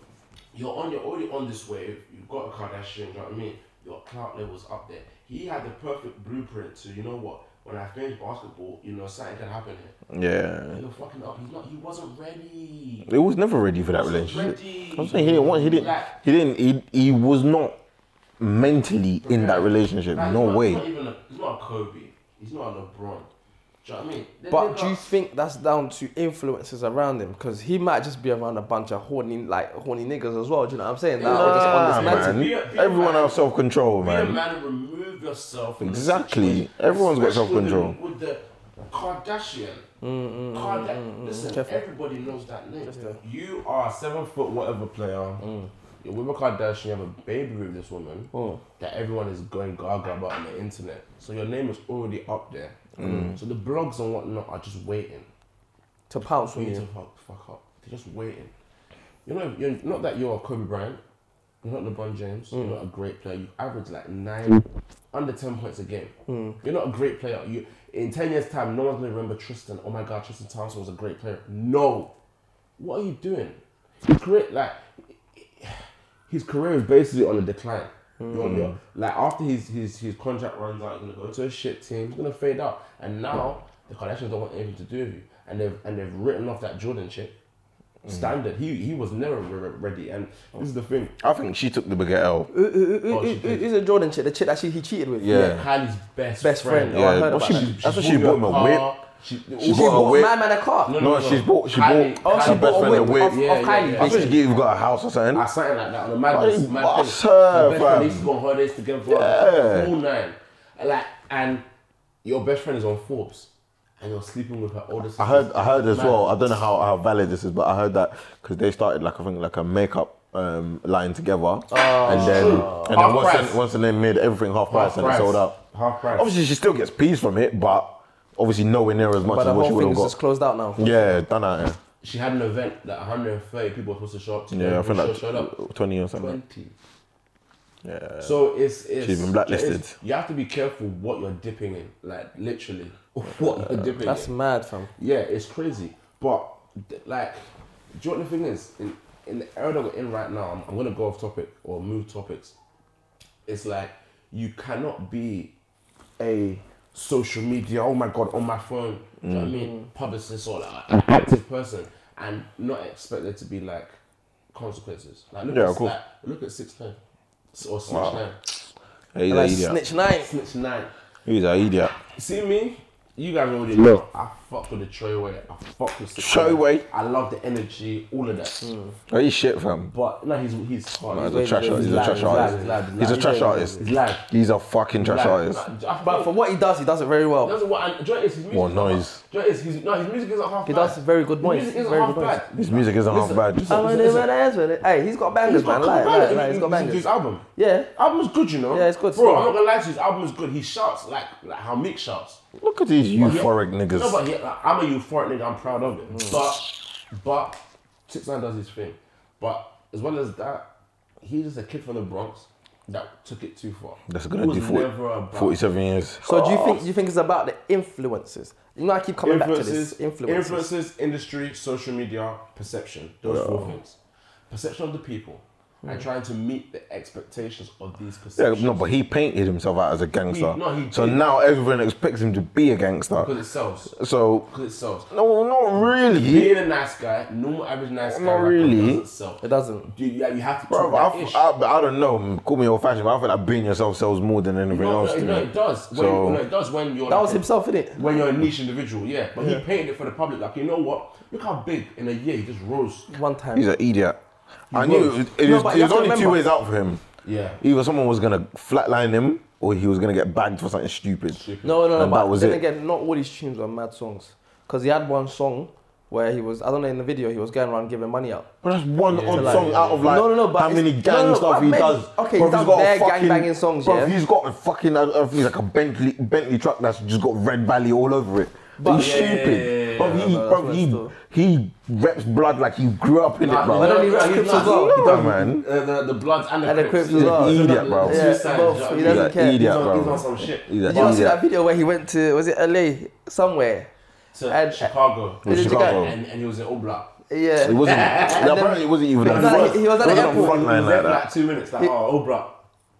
you're on you're already on this wave. You've got a Kardashian. You know what I mean? Your clout level's up there. He had the perfect blueprint to you know what. When I finish basketball, you know something can happen here.
Yeah.
You're fucking up. He's not. He wasn't ready.
It was never ready for that relationship.
ready.
I'm saying he didn't want. He didn't.
Like-
He didn't. He, he was not mentally in that relationship.
Like,
No
he's not,
way.
He's not, even a, he's not a Kobe. He's not a LeBron. Do you know what I mean? They-
But
they
do you
got-
think that's down to influences around him? Because he might just be around a bunch of horny, like horny niggas as well. Do you know what I'm saying? Now just
Nah,
on this
Ah, man.
man.
Be a- be a
Everyone
man.
has self control,
be a
man.
man and remove yourself. From the
Exactly.
situation.
Everyone's got
Especially with the-
self-control.
With the Kardashian. Karda- Listen, everybody knows that name. You are a seven foot whatever player. You're with a Kardashian. You have a baby with this woman that everyone is going gaga about on the internet. So your name is already up there.
Mm.
So the blogs and whatnot are just waiting.
To pounce
for
on
you
you.
to fuck, fuck up. They're just waiting. You know, you're not that you're Kobe Bryant. You're not LeBron James. You're not a great player. You average like nine under ten points a game. You're not a great player. You in ten years' time, no one's gonna remember Tristan. Oh my God, Tristan Thompson was a great player. No, what are you doing? He's great. Like his career is basically on a decline. You're- you're-
Hmm.
like after his, his his contract runs out, he's gonna go to a shit team. He's gonna fade out. And now the Kardashians don't want anything to do with you. And they've and they've written off that Jordan shit.
Hmm.
Standard. He he was never re- re- ready. And this is the thing.
I think she took the bigger L.
Who- who- who-
Oh, she
who-
did.
Who's the Jordan chick? The chick that she, he cheated with?
Yeah.
Kylie's best
Best friend.
Yeah,
Oh, I heard
what's
about
she-
that.
that's what she bought him a
car.
whip.
She,
She
She
bought a
bought
whip.
my man a car.
No,
No, she's bought. She
Kylie-
bought.
Oh,
her
she
best
bought a
friend a
whip
whip.
off-
Yeah,
off
yeah,
Kylie.
yeah.
I think she gave- got a house or something.
I something like that on a madness.
Bloody
mad thing. Her best
bastard,
friend
fam.
they used to go on holidays together for
Yeah.
a full nine. Like, and your best friend is on Forbes, and you're sleeping with her older sister.
I heard, I heard as
Man.
well. I don't know how, how valid this is, but I heard that because they started like I think like a makeup um, line together, and then and
Oh, Half
then once,
price.
they, once they made everything half price
Half
and
price.
it sold out.
Half price.
Obviously, she still gets peas from it, but obviously nowhere near as much
But
as
the
what she
whole
would
thing
have
is
got.
just closed out now.
yeah, done out. Yeah,
She had an event that 130 people were supposed to show up to.
yeah I
Who
think
showed, showed up.
like twenty or something.
20.
Yeah.
So it's, it's
She's been blacklisted.
it's- you have to be careful what you're dipping in, like literally what you're dipping
That's
in.
mad, fam.
Yeah, it's crazy. But th- like, do you know what the thing is? In, in the era that we're in right now, I'm, I'm gonna go off topic or move topics. It's like you cannot be a social media. Oh my god, on my phone. Do you know what
Mm.
I mean? Publicist or like an active person, and not expect there to be like consequences. Like look
Yeah,
at
of course.
like, look at six nine or six
Wow.
nine.
Hey, he's
Like
an idiot.
snitch nine.
Snitch nine.
He's an idiot.
See me? You guys already know. I fuck with the Treyway. I fuck with the
Treyway.
I love the energy, all of that.
Hmm.
Oh, he's shit, fam.
But no, he's he's hard.
He's
way
a trash
better.
artist. He's a
live,
trash
live,
artist.
live,
He's a
live.
trash artist.
He's live.
He's a fucking trash
Live.
artist.
I
But for what he does, he does it very well.
That's what. And, do you know what it is? his music.
Well,
is
no,
not-
he's-
do you know what it is? his, no, his music isn't half
He
bad.
does very good
His
points.
music isn't
Very
half
good
bad.
His music isn't half
Listen,
bad.
listen,
I wonder
listen,
what else with it. Hey, he's got bangers,
He's
man.
got
Like,
bangers.
like, like, he's got
Listen to
bangers.
His album.
Yeah.
Album's good, you know.
Yeah, it's good
Bro,
still.
I'm not gonna lie to you. His album's good. He shouts like like how Mick shouts.
Look at these euphoric
Yeah.
niggas.
No,
Mm.
but yeah, like, I'm a euphoric nigga. I'm proud of it. But, but Six Nine does his thing. But as well as that, he's just a kid from the Bronx that took it too far.
That's
He
gonna
was
do
never about-
40, 47 years.
So
Oh.
do you think do you think it's about the influences? You know, I keep coming
influences,
back to this. Influences.
influences, industry, social media, perception. Those four things. Perception of the people and trying to meet the expectations of these
Mm. Yeah,
perceptions.
no, but he painted himself out as a gangster.
He- no, he
so
did.
now everyone expects him to be a gangster.
because it sells.
So
Because it sells.
no, not really.
Being a nice guy, normal average nice guy,
Not
rapper
really.
doesn't sell.
It doesn't.
You, yeah, you have to
Bro,
talk
I,
that ish.
f- I, I don't know. Call me old fashioned, but I feel like being yourself sells more than anything
no,
else
no,
to
no,
me.
it does. When,
So-
no, it does when you're.
That
like
was
a-
himself, innit?
When you're a niche individual, yeah. But he painted it for the public. Like, you know what? Look how big in a year he just rose.
One time.
He's an idiot. I knew it, it
No,
was,
but
it was
you have to
only two
remember-
ways out for him.
Yeah.
Either someone was gonna flatline him, or he was gonna get bagged for something stupid.
No, no, no.
And
But
that was
then
it.
again, not all his tunes are mad songs. Because he had one song where he was, I don't know, in the video, he was going around giving money out.
But that's one odd song
Yeah.
out of like
No, no, no, but
how
it's-
many
no, no,
gang
no,
stuff
but
he
maybe-
does.
okay,
Bruv,
he's done bare gangbanging songs,
bruv,
yeah?
he's got a fucking, I don't know, he's like a Bentley Bentley truck that's just got Red Valley all over it. But he's
Yeah, yeah,
stupid.
yeah, yeah, yeah.
Bruv,
Yeah,
he,
no,
bruv,
that's
he,
messed up.
he reps blood like he grew up in it,
Nah,
bro.
he's
But then he
not-
raps
he's
Crips
not-
as well.
he does
man.
uh, the, the Bloods and the,
And the
Crips.
Crips as well.
He's
He's an
not
idiot, bro.
the
Yeah,
suicide,
both.
do you know what
He
I mean?
He's
doesn't
an
care.
He's
idiot,
on- he's on
bro.
some shit.
He's an
Did you not see that
idiot.
video where he went to, was it LA? Somewhere.
To
And-
Chicago.
It was
Did you
Chicago.
And, and he was in all black.
Yeah.
It wasn't. no, apparently, it wasn't even on
was at-
front.
he was at
it wasn't
the
on
airport.
front
He was
line
there
like
for
that.
like two minutes, like, oh, all black.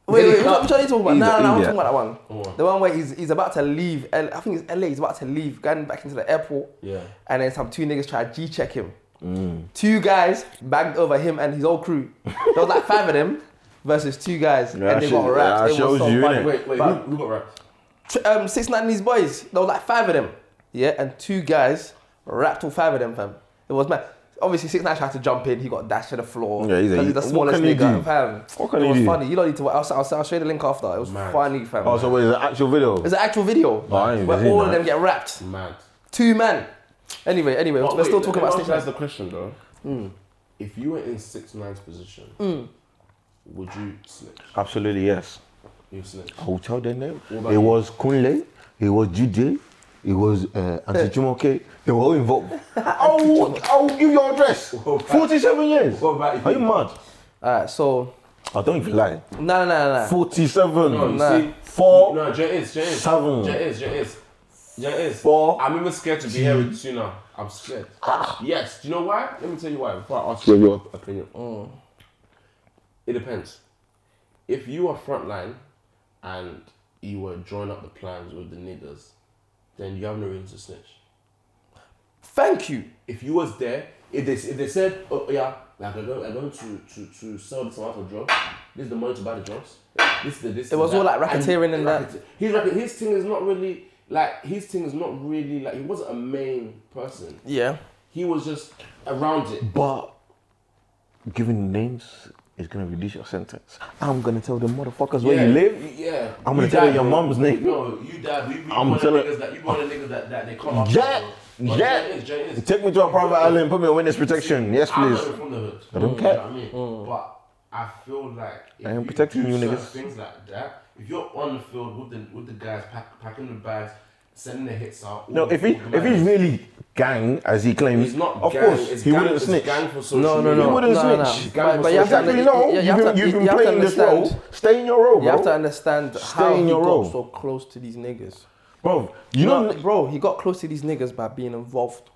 Wait,
Then he
wait,
cut.
which one are you talking about?
He's
No,
an
no, no, I'm
idiot.
talking about that one.
What?
The one where he's he's about to leave. L- I think it's LA. He's about to leave, going back into the airport.
Yeah.
And then some two niggas try to G-check him.
Mm.
Two guys banged over him and his whole crew. There was like five of them versus two guys,
Yeah,
and they
I
got
should-
wrapped.
I
it was
showed
so
you,
funny.
innit?
Wait, wait, who,
But-
who got wrapped?
Tr- Um, six nine these boys. There was like five of them. Yeah, and two guys wrapped all five of them, fam. It was mad. Obviously, six nine tried to jump in. He got dashed to the floor.
Yeah, he's a-
'cause the
what
smallest
can he
nigga,
do?
fam.
What can
it
he
was
do?
funny. You don't need to. I'll, I'll, I'll show you the link after. It was
Mad.
funny, fam.
Oh, so wait, it's an actual video.
It's an actual video
Oh, I ain't even
where
seen
all of
that.
them get wrapped.
Mad.
Two men. Anyway, anyway,
But
we're
wait,
still
let-
talking
let
about Hmm.
me
Six
ask
Nine.
the question though. If you were in six nine's position,
Hmm.
would you snitch?
Absolutely, yes.
You snitch.
Oh,
hotel that night.
about
It
you?
was Kunle, it was DJ, it was uh, Auntie Jumoke. They were all involved. I'll, I'll give you address.
Whoa,
47 years.
What about
Are
you?
you mad?
Alright, so
I don't even lie.
No, no, no, no.
Forty-seven.
No, you
Nah.
see,
Four.
No, Jay is, Jay is,
Seven.
Jay is, Jay is, Jay is.
Four.
I'm even scared to be here with you now. I'm scared.
Ah.
Yes. Do you know why? Let me tell you why. Before I ask you your opinion,
Hmm.
it depends. If you are frontline and you were drawing up the plans with the niggas, then you have no reason to snitch.
Thank you.
If you was there, if they if they said, oh yeah, like I'm going, I'm going to, to to sell this amount of drugs. This is the money to buy the drugs. This is the this.
It was all like racketeering and that.
His racket, his thing is not really like his thing is not really like he wasn't a main person.
Yeah.
He was just around it.
But giving names is gonna reduce your sentence. I'm gonna tell the motherfuckers where you live.
Yeah.
I'm gonna tell
die,
your
bro.
mom's name.
No, you died. We, we
I'm
one of the
telling-
niggas that you one of the niggas that, that they come up. with,
Yeah,
bro. But
yeah.
Jay is, Jay is.
Take me to a private island. Put me in witness protection. Yes,
I'm
please.
not even from the hood.
I don't
You
care.
know what I mean? But I feel like if
I am
you
protecting
do
you
certain
niggas.
Things like that. If you're on the field with the with the guys pack, packing the bags, sending the hits out. all
No,
the-
if he
all the
if he's
man-
really gang as he claims,
he's not.
of
gang,
course
it's
he
gang,
wouldn't
it's
snitch.
Gang for social
No, no,
media.
no.
You wouldn't
no,
snitch.
No. But, but you have to
Exactly,
under-
no.
you- you
You've
have
been,
to-
you've been
you have to
playing this
understand-
role. Stay in your role,
You have to
bro.
understand
Stay
how
in
he
your
got
role.
so close to these niggas.
Bro, you
No,
know
bro, he got close to these niggas by being involved.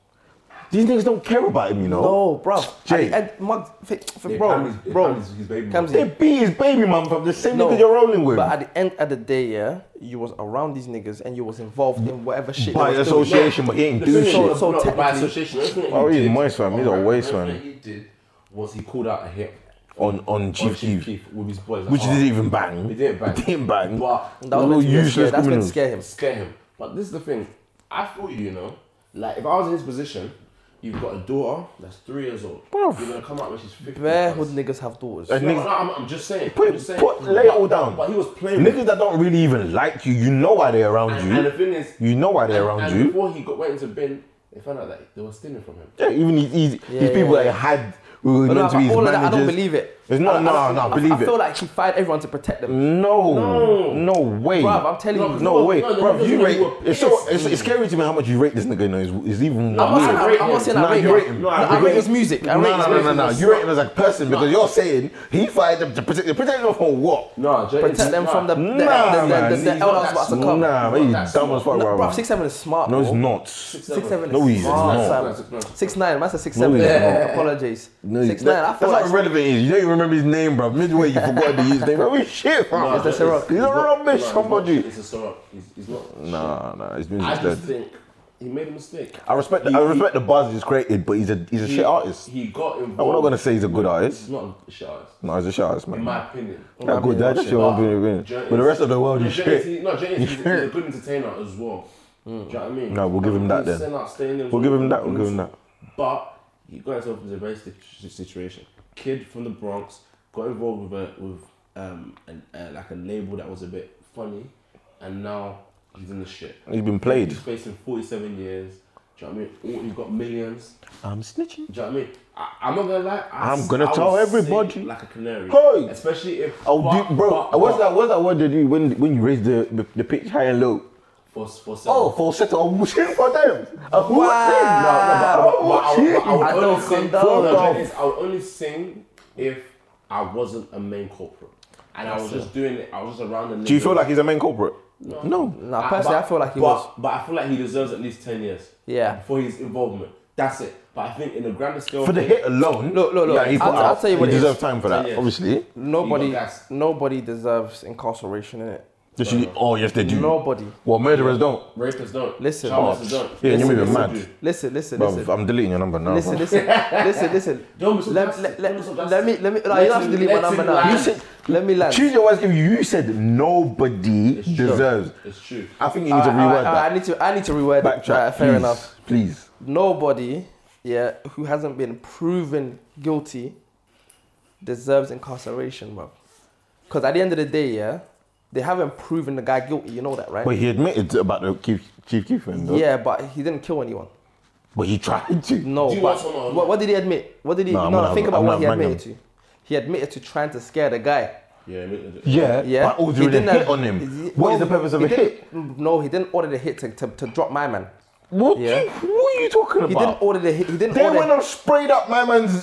these niggas don't care about him. You know,
No, bro.
Jay.
And, and my, fi- fi-
They
bro,
Pam is- they Pam
bro,
is his baby
Comes
they
in.
beat his baby mum from the same
No,
niggas you're rolling with.
But at the end of the day, yeah, you was around these niggas and you was involved in whatever shit.
By
they was doing.
association, but he ain't
The
do
thing is,
So-
shit.
no,
so
no, by
technically-
association, everything that
Oh,
he
he's
did-
moist, fam. He's a
alright,
waste,
everything
man.
He did was he called out a hit
On on
on
Chief
Chief
Keef,
Keef with his boys. like,
which
oh,
he didn't even bang.
He didn't bang.
Didn't bang.
But
That was
Little
meant to, get
useless
scared. That's meant
criminals.
to scare him.
scare him. But this is the thing. I feel you, you know. Like if I was in his position, you've got a daughter that's three years old.
Bruv.
You're gonna come out when she's fifty.
Barehood
plus.
niggas have daughters.
And
No,
niggas-
no, I'm, I'm just saying.
Put-
I'm just saying.
put- lay it all down.
But he was playing. with
Niggas that don't really even like you, you know why they're around
and,
you.
and the thing is,
you know why they're
and-
around
and
you.
Before he got went into bin, they found out that they were stealing from him.
Yeah, even these, these, these people
yeah,
that had who were
But no,
meant to be
but
his
all of
managers.
that, I don't believe it.
It's not-
I- I-
no,
I-
no,
I-
believe
I feel
it.
like he fired everyone to protect them.
No, no, way.
Bruv, I'm telling you.
no,
No,
way,
no, no,
bruv.
no,
you
no,
rate.
you were
It's so
pissed.
it's, it's scary to me how much you rate this nigga. You know, it's, it's even.
I'm not saying
rate
I rate, I'm
him.
not saying
Nah,
I rate
you
him.
rate him.
No,
Nah,
I
you
rate
rate
his
him.
music. I
no,
rate
no, no,
his
no,
music.
no. You rate him as a person because you're saying he fired them to protect, protect them from what?
No, Jay,
Protect them from the the
Nah,
the-
man.
the- the- the
He's
elders about to come.
Nah, man, you
That's
dumb as fuck,
No,
bruv.
bruv, six seven is smart.
No,
bro.
it's not.
Six seven.
No,
is
he's
smart,
not.
fam. Six nine. That's a six seven.
he's
bro.
not.
Apologies.
No,
Six
that-
nine. I
That's
feel
how
like
irrelevant he is. You don't even remember his name, bruv. Midway, you forgot to use his name. Oh shit,
Nah,
bruv.
It's a Ciroc.
He's a rubbish,
No,
somebody.
It's a Ciroc. He's, he's not.
Nah, nah, it's been
I just
dead.
think he made a mistake.
I respect, the,
He-
I
he-
respect the buzz he's created, but he's a he's a
He-
shit artist.
He got involved.
No, we're not gonna say he's a good
He's
artist.
not a shit artist,
No, he's a shit artist,
in
man.
my opinion.
Not good. That's just your own opinion.
Jay-
But the rest of the world
No,
is
Jay is
shit. Hmm.
no, Jay is he's, he's a good entertainer as well. Do you know what I mean?
No, we'll give him that then.
He's sent out stadiums
We'll give him
with-
that. We'll give him that.
But he got himself into a very situ- situation. Kid from the Bronx got involved with a, with um an, uh, like a label that was a bit funny, and now he's in the shit.
He's been played.
He's facing forty seven years. Do you know what I mean? All- He's got millions.
I'm snitching.
Do you know what I mean? I, I'm not gonna lie. I,
I'm gonna
I
tell
would
everybody.
sing Like a canary.
Hey!
Especially if.
Oh,
but-
dude, bro,
but-
what's
but
that? What's that word that you when when you raise the the, the pitch high and low?
For, for seven.
Oh, falsetto. I'm wishing for them.
No,
I'm
no, but, but, but I, would- I, would
I don't
only sing,
condone
no, no,
that.
Janice, I would only sing if I wasn't a main corporate. And I was just doing it. I was just around the.
Do you
niggas.
feel like he's a main culprit? No.
Nah, personally, I feel like he
Uh, but,
was.
But I feel like he deserves at least ten years.
Yeah.
For his involvement. That's it. But I think in the grander scale.
For the
of
hit alone,
Look, look, look,
that he put
I'll- I'll
out,
tell you what
he
it is.
deserves time for that,
Ten years.
obviously.
You
Nobody,
got gas.
nobody deserves incarceration in it.
Just you- oh yes, they do.
Nobody.
Well, murderers don't.
rapists don't.
Listen.
Charlatans don't.
Yeah, you're
Listen,
moving
listen,
mad.
dude.
Listen, listen,
Bruv,
listen.
I'm deleting your number now.
Listen,
bruv.
listen, listen, listen.
Don't be so
Let,
drastic.
let,
Don't be so
let,
drastic.
let me, let me, no, you don't have to
him-
delete my
let
number
him
now.
land.
You said,
Let me land.
Choose your words. carefully. You said nobody
It's true.
deserves.
It's true.
I think you need
Alright,
to reword
alright, alright,
that.
I need to, I need to reword that.
Backtrack.
Alright, fair
please,
enough.
Please.
Nobody, yeah, who hasn't been proven guilty deserves incarceration, bro. Because at the end of the day, yeah, they haven't proven the guy guilty. You know that, right?
But he admitted about the chief chief chief thing. though.
yeah, but he didn't kill anyone.
But he tried to.
No.
Do you
but
want some or
what,
not?
what did he admit? What did he?
No,
No,
I'm
no,
not-
think
I'm
about
not
what he
banging.
admitted to. He admitted to trying to scare the guy.
Yeah.
Yeah.
Yeah.
But ordering a
didn't
hit
have-
on him.
he-
What is
no,
the purpose of
he
a
didn't-
hit?
No, he didn't order the hit to, to, to drop my man.
What,
Yeah.
you, what are you talking
He
about?
didn't order the. He didn't
they
order.
went and sprayed up my man's um,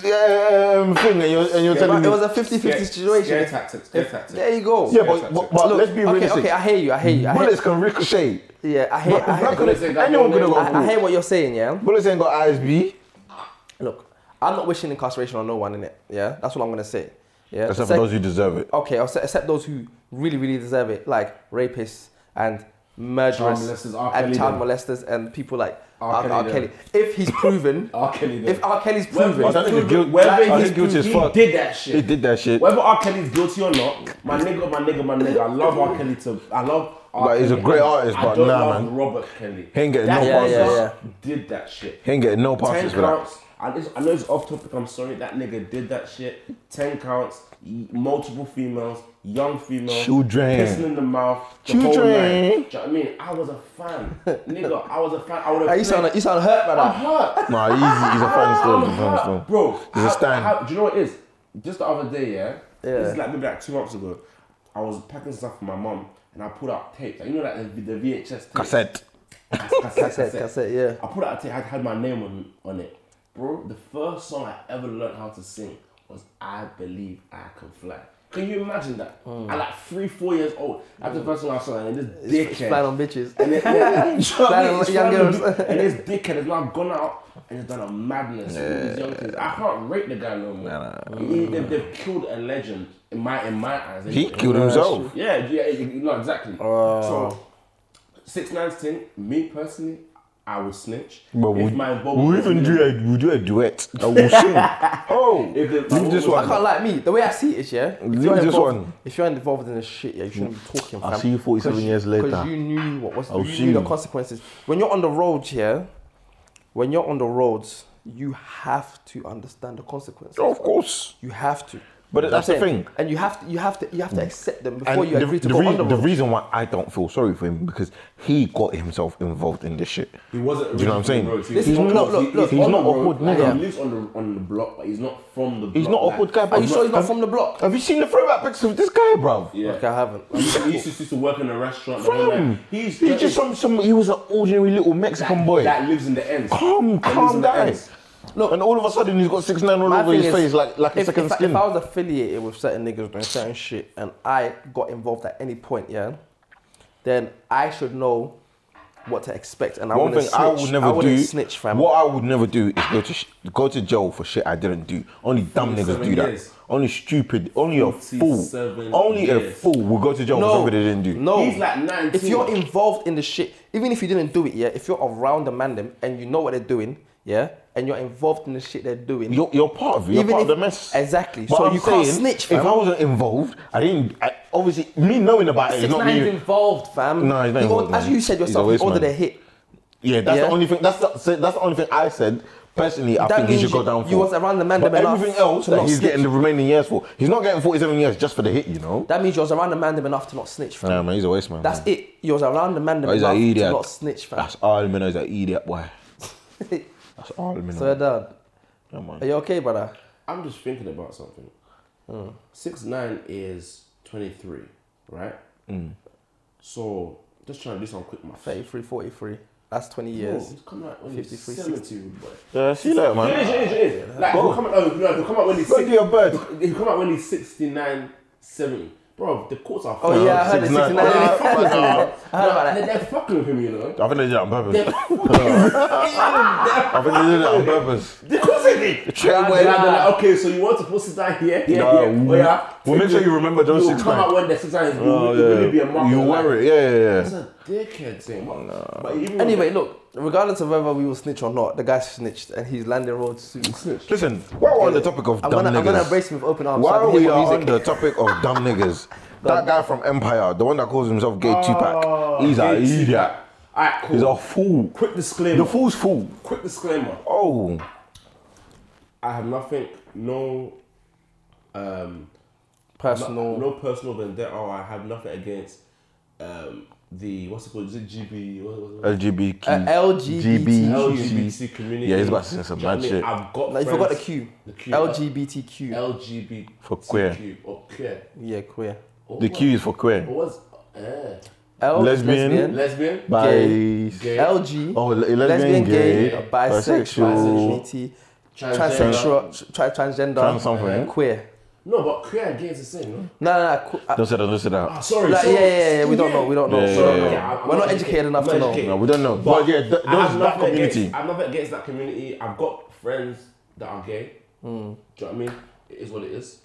thing, and you're, and you're
But
telling me
it was a 50-50 situation.
Scare tactics. Scare tactics.
There you go.
yeah, but, but, but
Look,
let's be
okay,
realistic.
okay, I hear you. I hear you. I hear,
Bullets can ricochet.
yeah, I hear. I
Not
hear,
gonna-
Bullets ain't got
anyone
no
could have
way.
got
I, I
caught.
hear what you're saying. Yeah.
Bullets ain't got ISB.
Look, I'm not wishing incarceration on no one in it. Yeah, that's what I'm gonna say. Yeah.
Except
Sec-
for those who deserve it.
okay, I'll se- except those who really, really deserve it, like rapists and murderers
Child molesters, R.
and
Kelly
child
them.
molesters and people like
R.
R.
Kelly
R.
them.
Kelly. If he's proven,
R. Kelly them.
if R. Kelly's
Whether
proven,
Oh, that nigga
proven-
guilt-
whether
I
he's
think guilty as
guilty,
fuck.
He did that shit.
He did that shit.
Whether R. Kelly's guilty or not, my nigga, my nigga, my nigga. I love R. Kelly to. I love. R.
Like, he's a
Kelly.
great artist,
I
but
don't
nah,
love
man.
Robert Kelly.
He ain't getting
That
no
nigga
passes. Yeah, yeah,
Did that shit.
He ain't getting no
Ten
passes for that.
counts. I, it's, I know it's off topic. I'm sorry. That nigga did that shit. Ten counts. y- Multiple females. Young females.
Children.
Pissing in the mouth. The Whole
Children.
nine. Do you know what I mean? I was a fan, nigga. I was a fan. I would
Hey,
have.
you sound you sound hurt by
I'm
that.
hurt.
Nah, he's, he's a fan still. He's a fan still.
Bro,
He's a
how-
stan.
how- do you know what it is? Just the other day, yeah.
Yeah.
This is like maybe like two months ago. I was packing stuff for my mum, and I pulled out tapes. Like, you know, like the, the VHS tapes.
Cassette.
Cassette,
Cassette, cassette, yeah.
I put out a tape. I had my name on on it, bro. The first song I ever learned how to sing was "I Believe I Can Fly." Can you imagine that?
Hmm.
At like three, four years old, that's the first song I saw, and this dickhead.
It's flying on bitches.
And it, yeah, you know what I
Flying
mean?
on
It's
young
flying on
girls.
the- and this dickhead has now gone out and has done a madness. with These young kids. I can't rate the guy no more. He- they've, they've killed a legend in my in my eyes. They-
He killed himself. Uh.
Yeah, yeah, you you know exactly. So six nines thing, me personally, I would snitch.
But
if
we,
my involvement
we
was
even do
minimal.
a, we do a duet. I will sing. Oh,
If the-
leave this
I can't
one.
like me. The way I see it, is, yeah. If
Leave
you're
this
involved-
one.
If you're involved in this shit, yeah, you shouldn't be talking.
I'll
fam.
see you 47 years later.
Because you knew what was
I'll see
you knew the
you.
consequences. When you're on the roads here, when you're on the roads, you have to understand the consequences.
Of course.
You have to.
But
You know
that's
what I'm
the
saying?
thing. Mm.
And you have to you have to you have to accept them before
And
you agree to
the,
go
rea-
on the
the
road.
reason why I don't feel sorry for him because he got himself involved in this shit.
He wasn't.
Do you know what I'm saying?
originally from the roads. on the
This-
roads.
look, look,
He-
look,
he's
he's
on the
not a
road,
hood
and
nigga.
He lives on the on the block, but he's not from the.
He's
block,
not a
like-
hood guy, but
Are you
he's
sure he's not
have-
from the block?
Have you seen the throwback pics of this guy, bruv?
Yeah.
Okay, I haven't.
He used to- he used to, used to work in a restaurant. the whole
Fam,
night.
he's,
He's,
just some, some. He was an ordinary little Mexican
that,
boy.
that lives in the ends.
calm,
That lives
calm
in the
down.
ends.
Look, and all of a sudden he's got six nine all
My
over
thing
his
is,
face, like like a
if,
second
if, I-
skin.
if I was affiliated with certain niggas doing certain shit and I got involved at any point, yeah, then I should know what to expect. And I
One
wouldn't
thing
snitch.
I would never
wouldn't
do.
snitch, fam.
What I would never do is go to sh- go to jail for shit I didn't do. Only dumb niggas
47
do that.
years.
Only stupid. Only a fool.
47
Only a
years.
fool will go to jail for
No,
something they didn't do.
No,
He's like 19.
If you're involved in the shit, even if you didn't do it, yeah. If you're around the man them and you know what they're doing, yeah, and you're involved in the shit they're doing,
You're, you're part of it. You're
Even
part
if-
of the mess.
exactly. So you can't snitch,
If
fam.
I wasn't involved, I didn't. I, obviously, me knowing about it is
six
not
nine's
me.
involved, fam.
No, he's not
You
involved,
ordered- As
man.
you said
He's a
yourself, you
waste
ordered
man.
a hit.
Yeah, that's
Yeah.
the only thing. That's the, so that's the only thing I said. Personally, I
That
think he
means
should go
you-
down for.
you was around the man
but
them enough
everything else
to
that
not
he's
snitch.
getting the remaining years for. He's not getting 47 years just for the hit, you know.
That means you was around the man them enough to not snitch, fam.
nah, man, he's a waste man.
That's
man.
it. You was around the man them
Oh, he's
enough
an idiot.
to not snitch, fam.
That's all man. He's an idiot boy. That's all man.
so we're done.
Yeah, man.
Are you okay, brother?
I'm just thinking about something. Six nine is twenty three, right? So just trying to do some quick math.
33, 43. That's 20
Bro,
years.
he's coming out when he's
53,
70, boy.
Yeah, see you
It
later,
is,
man.
it is, it is. Like, he'll come out, oh, no, he'll come out when he's
Go do
six,
your bird.
he'll come out when he's 69, 70. Bro, the courts are
Oh,
fucking-
yeah, I heard the
69.
69.
Oh, come on, now.
I heard about
They're,
that.
they're fucking with him, you know.
I think they did it on
They're
purpose.
fucking with him.
I think they did it on purpose.
They're causing it.
Straight
They're
away.
like, they're like, okay, so you want to put six nine here, here,
Nah,
here. Oh,
we-
yeah.
we'll make sure you remember those
You'll
six
come
nine.
out when the six nine is.
Oh,
you'll, you'll really be a mark
You
on that.
wear it, yeah, yeah,
That's
yeah.
a dickhead thing. What? But even
Anyway, look, regardless of whether we will snitch or not, the guy snitched and he's landing road soon.
Listen, while we're on the topic of
I'm
dumb
gonna, I'm gonna
niggas,
embrace him with open arms. so I
While
can
we
hear
are
my music.
on the topic of dumb niggas, that guy from Empire, the one that calls himself
Ah,
Gay Tupac, he's an idiot.
Alright, cool.
He's a fool.
Quick disclaimer.
The fool's fool.
Quick disclaimer.
Oh,
I have nothing, no, um,
personal.
no personal vendetta. Or I have nothing against um the what's it called? Is it GB? What, what, what?
LGBTQ.
Uh, LGBT.
LGBT community.
Yeah, he's about to say some
Do you know
mad
what I mean?
shit.
I've got.
No, you forgot the
friends-
Q.
The
uh,
Q.
LGBTQ.
LGBT
For queer.
Or queer.
yeah, queer.
Or
The
what?
Q is for queer.
Or what's eh?
L,
Lesbian.
Lesbian?
By
Gay.
LG,
oh, le- lesbian,
lesbian, gay,
gay,
bisexual,
bisexual,
LGBT,
Transgender.
transsexual, tra- transgender,
Trans something.
queer.
No, but queer and gay is the same, no?
No, no, no. qu- uh,
Don't say that. Don't say
Ah,
that.
sorry.
like, yeah,
sorry.
yeah, yeah, we don't know, we don't know.
Yeah,
we
yeah,
don't
yeah.
know.
Yeah, I'm
We're not
not
educated enough
I'm
to
not
know.
educated.
No, we don't know. But, yeah, th- those,
I have
that
nothing
community.
Against, I'm nothing against that community. I've got friends that are gay.
Hmm.
Do you know what I mean? It is what it is.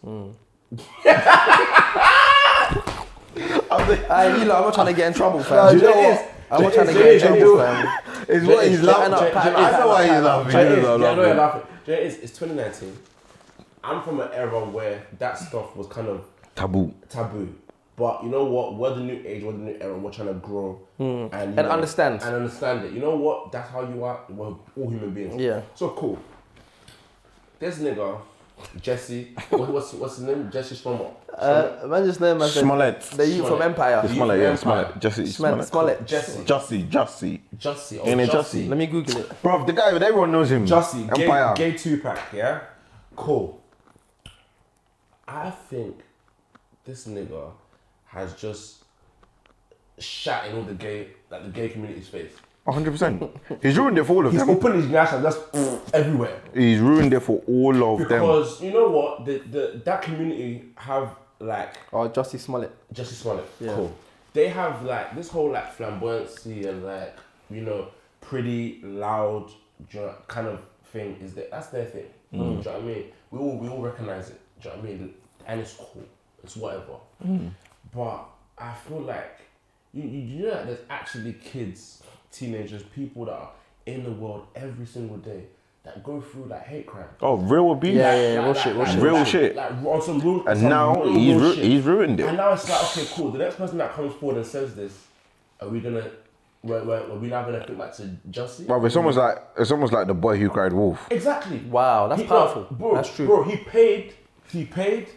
Aye, you lot, I'm not trying to get in trouble,
Nah,
fam.
do you know
Jeez.
what?
I'm not
Jeez,
trying to get in
Jeez, you
trouble,
do.
fam.
It's
what
what
he's
he's
laughing.
laughing.
Pat-
I know why he's laughing.
Do you know what it
He's
is? Yeah, I know you're laughing.
laughing.
Do you know what it is? It's 2019. I'm from an era where that stuff was kind of
Taboo.
taboo. But you know what? We're the new age, we're the new era, and we're trying to grow and, you
Hmm. And understand.
and understand it. You know what? That's how you are. We're all human beings.
Yeah.
So cool. This nigga, Jesse, what, what's what's his name? Jesse Stromo.
Uh, man, just name as the
Smollett.
youth from
Smollett.
The
Empire.
Smollett, yeah,
Empire.
Smollett. Jesse
Smell
Smollett.
Smollett.
Jesse.
Jussie, Jussie.
Jussie. Oh,
Ain't it
Jussie.
Jussie?
Let me Google it.
Bro, the guy, everyone knows him.
Jussie,
Empire.
gay, gay two pack, yeah? Cool. I think this nigga has just shat in all the gay, like the gay community's face.
100%. He's ruined it for all of
He's
them.
opened his nash and that's everywhere.
He's ruined it for all of them.
Because you know what? The, the That community have like
Oh, Jussie Smollett.
Jesse Smollett.
Yeah.
Cool. They have like this whole like flamboyancy and like you know pretty loud do you know, kind of thing is that that's their thing. Do you know what I mean? We all we all recognize it. Do you know what I mean? And it's cool. It's whatever. But I feel like you you, you know that there's actually kids, teenagers, people that are in the world every single day that go through like hate crime.
Oh, real abuse.
Yeah, yeah, yeah. Real shit, real shit.
Real shit.
Like on some real.
And
some
now
real,
he's
real
ru-
shit.
he's ruined it.
And now it's like, okay, cool. The next person that comes forward and says this, are we gonna? Were, were, were we now gonna think back to Jussie?
Bro, it's almost like it's almost like the boy who cried wolf.
Exactly.
Wow, that's
He-
powerful.
no, bro,
That's true.
Bro, he paid. He paid.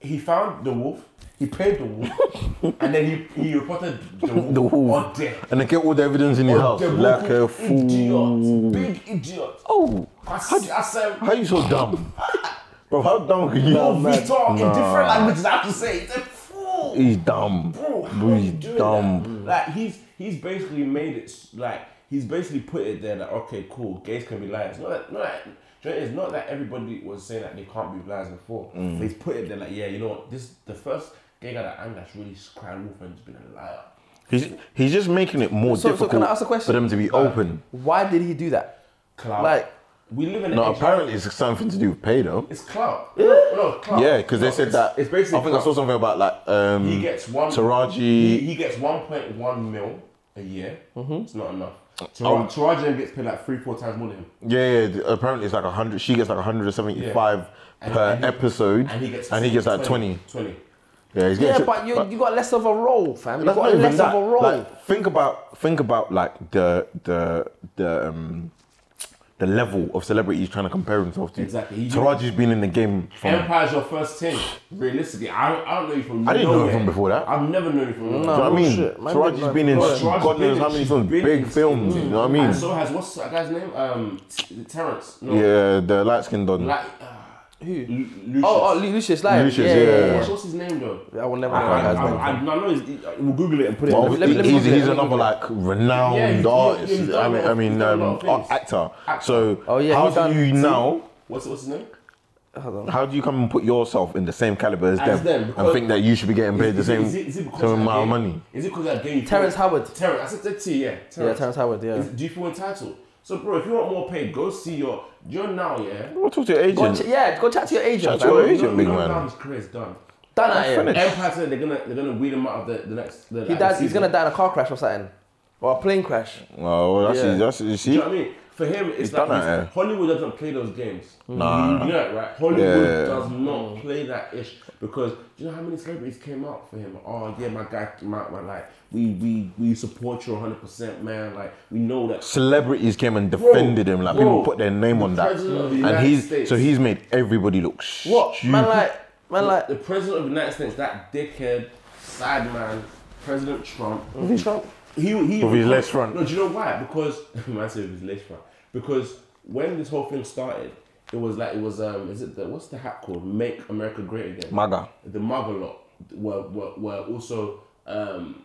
He found the wolf. He paid the wolf, and then he he reported the wolf,
The wolf.
on death.
And they kept all the evidence in the house.
Oh, The wolf
Like a
was
fool.
Idiot. Big idiot.
Oh,
I, s- I said.
how you so dumb? Bro, how dumb can you
No, we
be?
talk in different
Nah.
languages. I have to say, he's a fool.
He's dumb.
bro, how
Bro,
are you
he's
doing
dumb.
that? Like he's he's basically made it s- like he's basically put it there that okay, cool, gays can be liars. Not that, not that, do you know, it's not that everybody was saying that they can't be liars before.
Mm.
But he's put it there like yeah, you know what? This the first gay guy that I'm that's really crying wolf and has been a liar.
He's, he's just making it more
So- so
difficult
can I ask a question?
for them to be open.
Why did he do that?
Clout.
Like-
we live in an
No,
age-
apparently it's something to do with pay though.
it's clout. No, no, clout.
Yeah, because
No,
they said
it's-
that.
it's basically.
I think I saw
clout.
something about like um,
He gets one.
Taraji.
He, he gets one point one mil a year. It's not enough. Tar-
Mm-hmm. Oh.
Taraji gets paid like three, four times more than him.
yeah, yeah, apparently it's like a hundred. She gets like hundred and seventy-five
And-
per
and he-
episode,
And he gets
like twenty.
20.
Yeah, he's
Yeah,
getting.
but you you got less of a role, fam. You
That's not
got
even
less
that.
of a role.
Like, think about think about like the the the um the level of celebrity he's trying to compare himself to.
Exactly. He-
Taraji's been in the game from.
Empire's your first team. Realistically, I don't, I don't know you from
I didn't know you
nowhere.
from before that.
I've never known you from
Do you
nowhere.
know what I mean?
Bullshit. Man,
Taraji's
like-
been in
Look, Taraji's
God
been
knows
in-
how many
she's
films,
been
big
in-
films. You know what I mean?
And so has, what's that guy's name? Um, T- Terrence. No.
Yeah, the light skinned don.
Like, uh,
Who?
Lu- Lucius.
Oh, oh, Lu- Lucius Lion.
Lucius,
yeah,
yeah.
What's, what's his name though?
I will never
I,
know that
I,
guy's
I,
name.
I, I know his, we'll Google it and put it.
Well,
in the
let me- let me
he's,
Google it,
he's
let me
another
Google
like
it.
renowned
Yeah,
artist.
he's- he's
I
done
mean,
a lot-
I mean,
he's done a lot
um,
of things.
actor.
Actor.
So
Oh, yeah,
how
he's done-
do you now?
what's what's his name?
How do you come and put yourself in the same caliber as,
As them,
them,
because-
and think that you should be getting paid the
Is it-
same
is it- is it because
same
I
amount of
gave-
money?
Is it because I gave you
Terrence Howard.
Terrence, I said the T, yeah.
Yeah, Terrence Howard. Yeah.
Is- do you feel entitled? So, bro, if you want more pay, go see your. You're now, yeah.
Well, talk to your
Go
agent.
ch- yeah, go chat to your agent.
Chat to your
fam.
agent. big man.
Now his career's done.
Done at him.
Finish.
Empire said they're gonna they're gonna weed him out of the, the next. The,
He dies. He's gonna die in a car crash or something, or a plane crash.
Oh, Well, that's
Yeah.
that's you
Do
see.
you know what I mean? For him, it's
He's
like
done
he's-
that, yeah.
Hollywood doesn't play those games.
Nah.
You, you know that, right? Hollywood
Yeah.
does not play that ish because do you know how many celebrities came out for him? Oh yeah, my guy, my, my like we we we support you 100 percent, man. Like we know that.
Celebrities came and defended him. Like people
bro,
put their name
the
on that,
president of the
and
United
he's
States.
so he's made everybody look stupid.
What man like? Man like.
the president of the United States, that dickhead, sad man, President Trump.
Trump.
He he.
With his left front.
No, do you know why? Because man said with his left front. Because when this whole thing started, it was like it was um is it the what's the hat called? Make America Great Again.
MAGA.
the MAGA lot were were, were also um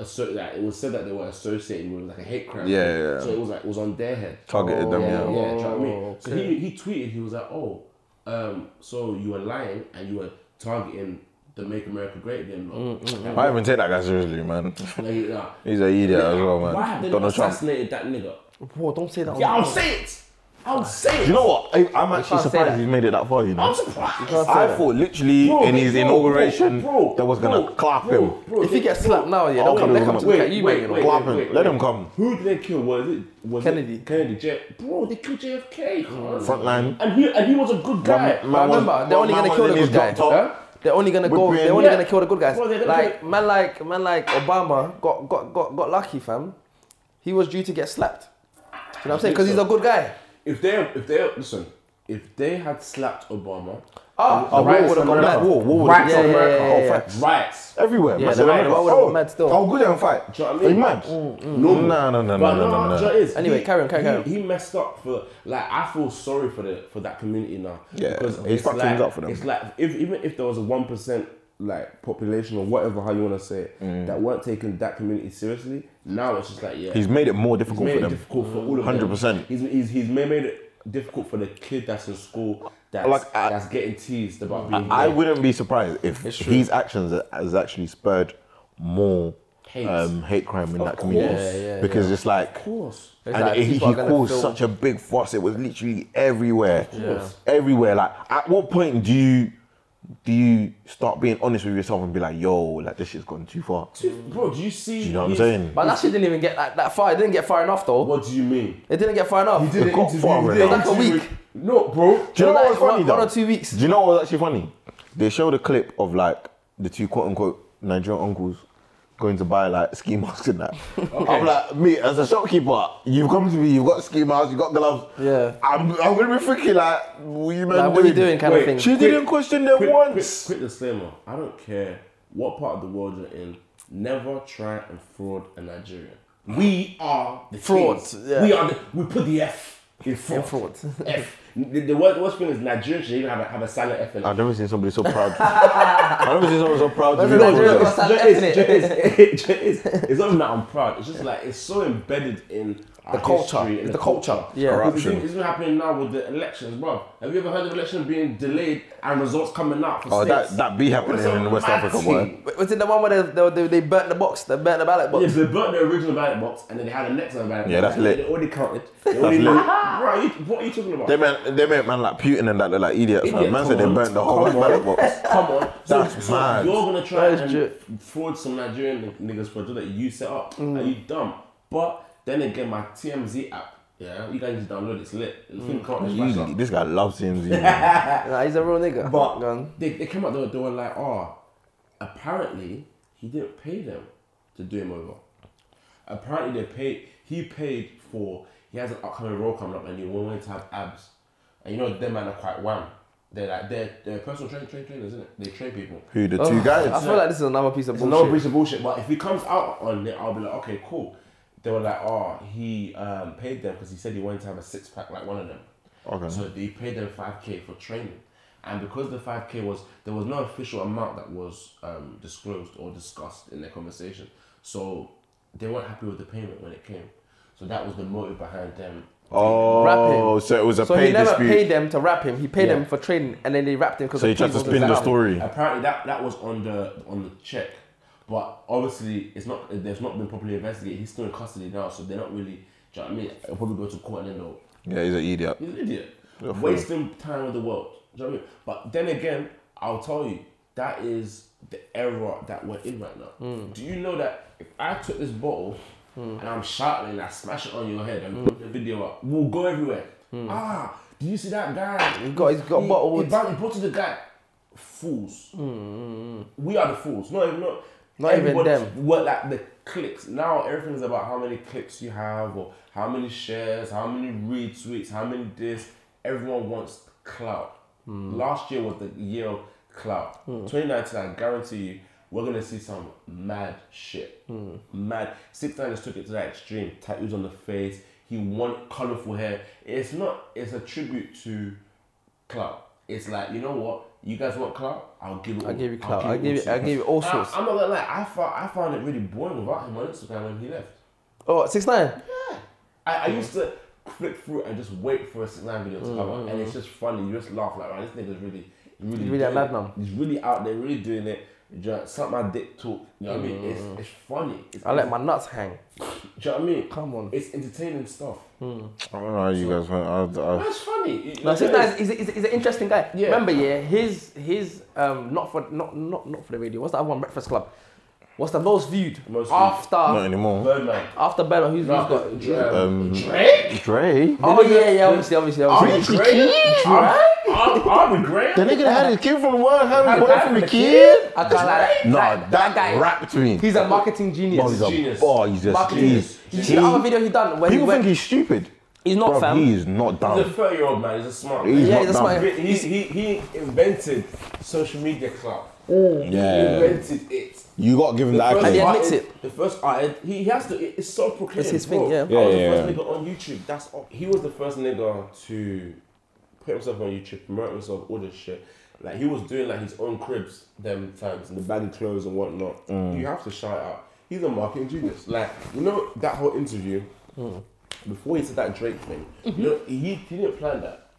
asso- like, it was said that they were associated with like a hate crime.
Yeah, yeah, yeah.
So it was like it was on their head.
Targeted them,
yeah,
yeah.
yeah. do you know what I mean? So
okay.
he, he tweeted, he was like, oh, um, so you were lying and you were targeting the Make America Great Again law. Like,
I even take that guy seriously, man.
like, nah.
He's an idiot as well,
Why have they not
man. Donald Trump.
assassinated that nigga?
Whoa, don't say that.
Yeah,
on-
I'll say it. I'll say
You
it.
know what? I, I'm
can't
actually
say
surprised
that.
he's made it that far. You
I'm
know,
surprised.
I thought literally
Bro,
in his
bro,
inauguration
bro, bro,
that was gonna
bro,
clap
bro,
him.
bro,
If he
they-
gets slapped now, yeah, they'll
I'll
come,
come
they'll come
with
to
him.
Oh, Wait,
look at you,
wait,
man.
wait,
you know.
Clap him.
wait,
Let
wait.
him come.
Who did they kill? Was it was
Kennedy. Hmm.
It Kennedy. J- bro, they killed JFK. cuz.
Frontline.
And he and he was a good guy.
man
But remember, they're
One
only
man
gonna
was
kill
in
the
his
good guys.
drop top.
huh? They're only gonna go.
Whipping.
They're only
Yeah.
gonna kill the good guys.
Well, they're gonna
like
kill-
man, like man, like Obama got got got got lucky, fam. He was due to get slapped. Do you know what I'm saying? Because he's a good guy.
If they if they listen, if they had slapped Obama,
Ah,
Oh,
the right
war would've
would have
gone
gone
mad.
mad.
War, war
Right,
would've
yeah,
gone
yeah,
mad.
yeah,
Oh,
yeah.
facts.
riots.
Everywhere.
Yeah,
Massive
the right
riots.
one would've
Oh,
gone mad still.
I'll go there and fight.
Do you know what I
Are
mean?
you mad?
No,
No, no, no,
But no,
no, no,
do you know
no.
what it is?
Anyway,
He-
carry on, carry on.
He, he messed up for like I feel sorry for the for that community now.
Yeah,
because
he
it's
fucked
like-
things up for them.
It's like if, even if there was a one percent like population or whatever how you want to say it that weren't taking that community seriously, now it's just like yeah,
Mm. He's made it more
He's
difficult
made
for
it
them.
difficult for all of them.
100%.
He's, he's, he's ma- made it difficult for the kid that's in school that's,
Like, I-
that's getting teased about being
I
gay.
wouldn't be surprised if
true.
his actions has actually spurred more
Hate.
hate, um, hate crime in that community
course. Yeah, yeah,
because it's like.
Of course.
It's
and
like
he, he
people are gonna
caused
feel-
such a big fuss. It was literally everywhere,
course.
everywhere. Like, at what point do you do you start being honest with yourself and be like, "Yo, like this shit's gone too far."
Bro, do you see?
You know what I'm
these-
saying?
But that shit didn't even get that, that far. It didn't get far enough though.
What do you mean?
It didn't get far enough.
He did
It
an
got
interview.
far
he
with
did an
it.
Like a
interview
week.
with- No, bro.
Do you know
Like,
what's funny
one-
though?
one or two weeks.
Do you know what's actually funny? They showed a clip of like the two quote unquote Nigerian uncles going to buy like ski masks and that. I'm like, me as a shopkeeper, you've come to me, you've got ski masks, you've got gloves.
Yeah.
I'm, I'm gonna be freaking like, what you man
Like, what are you doing, kind
Wait,
of thing.
She didn't question them
Quick,
once.
Quick, quick disclaimer. I don't care what part of the world you're in. Never try and fraud a Nigerian. We are the
Fraud,
kings.
yeah.
We are. The, we put the F in fraud.
fraud.
F. The, the worst, worst thing is Nigerians should even have a, have a silent F in it.
I've never seen somebody so proud. I've never seen someone so proud to be
That's a Nigerian
like,
boss.
It's-
Silent
it's-
F in it.
it's- it's- it's- It's not even that I'm proud. It's just like it's so embedded in the
culture.
history, in
It's the culture. Yeah.
corruption.
Corruption.
It's, been happening now with the elections, bro. Have you ever heard of election being delayed and results coming out for
Oh,
states?
that, that be happening
Listen,
in West
my
Africa, boy.
team.
Was it the one where they, they, they burnt the box? They burnt the ballot box.
Yeah, so they burnt the original ballot box and then they had a next one ballot
Yeah,
box.
that's lit.
They already counted. They already
lit.
knew. Bro, you, what are you talking about?
They meant, they meant man like Putin and that look like idiots. man.
Idiot,
man said they
come on.
burnt the whole
Come
ballot
on.
box.
Come on. So-
That's
so
mad.
You're gonna try
That's
and
ju-
fraud some Nigerian n- niggas for a job that you set up. Are you dumb? But then again, my TMZ app, yeah, you guys just download it, it's lit. The thing can't just back up.
You- This guy loves him. man.
Nah, he's a real nigga.
But
Go on.
they, they came out, they were, they were like, oh, apparently he didn't pay them to do him over. Apparently they paid, he paid for, he has an upcoming role coming up and he wanted to have abs. And you know, them man are quite wham. They're like, they're, they're personal train, train trainers, isn't it? They train people.
Who the two
I
guys?
feel like this is another piece of
It's another
bullshit.
piece of bullshit, but if he comes out on it, I'll be like, okay, cool. They were like, oh, he um, paid them because he said he wanted to have a six pack like one of them.
Okay.
So he paid them 5k for training. And because the 5k was, there was no official amount that was um, disclosed or discussed in their conversation. So they weren't happy with the payment when it came. So that was the motive behind them.
Oh, so it was a
So
pay
he never
dispute.
paid them to rap him. He paid
Yeah.
them for training, and then they rapped him because.
so he tried to spin the story.
Apparently that, that was on the on the check. But obviously it's not they've not been properly investigated. He's still in custody now, so they're not really do you know what I mean? He'll probably go to court and then they'll
Yeah, he's an idiot.
He's an idiot. Wasting time with the world. Do you know what I mean? But then again, I'll tell you, that is the era that we're in right now.
Hmm.
Do you know that if I took this bottle and I'm shouting and I smash it on your head
Hmm.
and put the video up, we'll go everywhere. Ah, do you see that guy? He
got- Hmm. he's got
he,
bottle
He
with- Hmm.
brought, he brought to the guy. Fools. We are the fools. Not even not.
Not even
everybody-
them.
what like the clicks now everything's about how many clicks you have or how many shares how many retweets how many this everyone wants clout
Hmm.
last year was the year of clout 2019 i guarantee you we're gonna see some mad shit
Hmm.
mad six niners took it to that extreme tattoos on the face he won colorful hair it's not it's a tribute to clout it's like you know what you guys want clout. I'll give it.
I
all-
give you
I'll
clout. I
all
give you.
to
I give you all
I-
sorts.
I'm not gonna lie. I found I found it really boring without him on Instagram when he left.
Oh, six nine.
I, I used to flick through and just wait for a six nine video to come up, and it's just funny. You just laugh like, man, this nigga's really, really,
Mm-hmm. He's really
doing
a
it.
madman.
He's really out there, really doing it. Do you know, suck my dick talk. You know what I mean? It's, it's funny. It's,
Mm. I let my nuts hang.
Do you know what I mean?
Come on. Mm.
It's entertaining stuff.
I don't know how you guys went. I, I,
That's funny. You- you
No,
know,
six nine is, is, is, is an interesting guy.
Yeah.
Remember, yeah, his his um not for not not not for the radio. What's that one? Breakfast Club. What's the most viewed
Most viewed.
after
not anymore.
Birdman.
after Bella? Who's,
No,
who's got?
Dre-
Um,
Drake?
Dre?
Oh yeah, yeah, obviously, obviously, obviously.
Army Grant? Arm- Army Grant?
The nigga that had his kid from the world, had his boy
had
from
the
the kid?
I can't lie. That,
Nah,
that,
that
guy.
rapped me.
He's a marketing
Oh,
genius.
he's a
genius.
Oh, he's just
Marketing
he's,
You see the other video he done when
People
he went.
think he's stupid.
he's not
Bruv,
fam.
He is not
He's a
dumb.
30 year old man. He's a smart
He's
man.
yeah,
not
that's
dumb.
why-
He, he, he invented social media clout. He
Mm. Yeah.
invented it.
You gotta give him the
First
he
accolade.
admits
artist-
it.
The first artist, he he has to. it- It's so proclaimed.
It's his
bro.
thing, yeah.
I was
Yeah,
the
yeah,
first nigga on YouTube. That's all. he was the first nigga to put himself on YouTube, promote himself, all this shit. Like he was doing like his own cribs them times and the baggy clothes and whatnot.
Mm.
You have to shout out. He's a marketing genius. Like you know that whole interview
Mm.
before he said that Drake thing.
Mm-hmm.
You know he, he didn't plan that.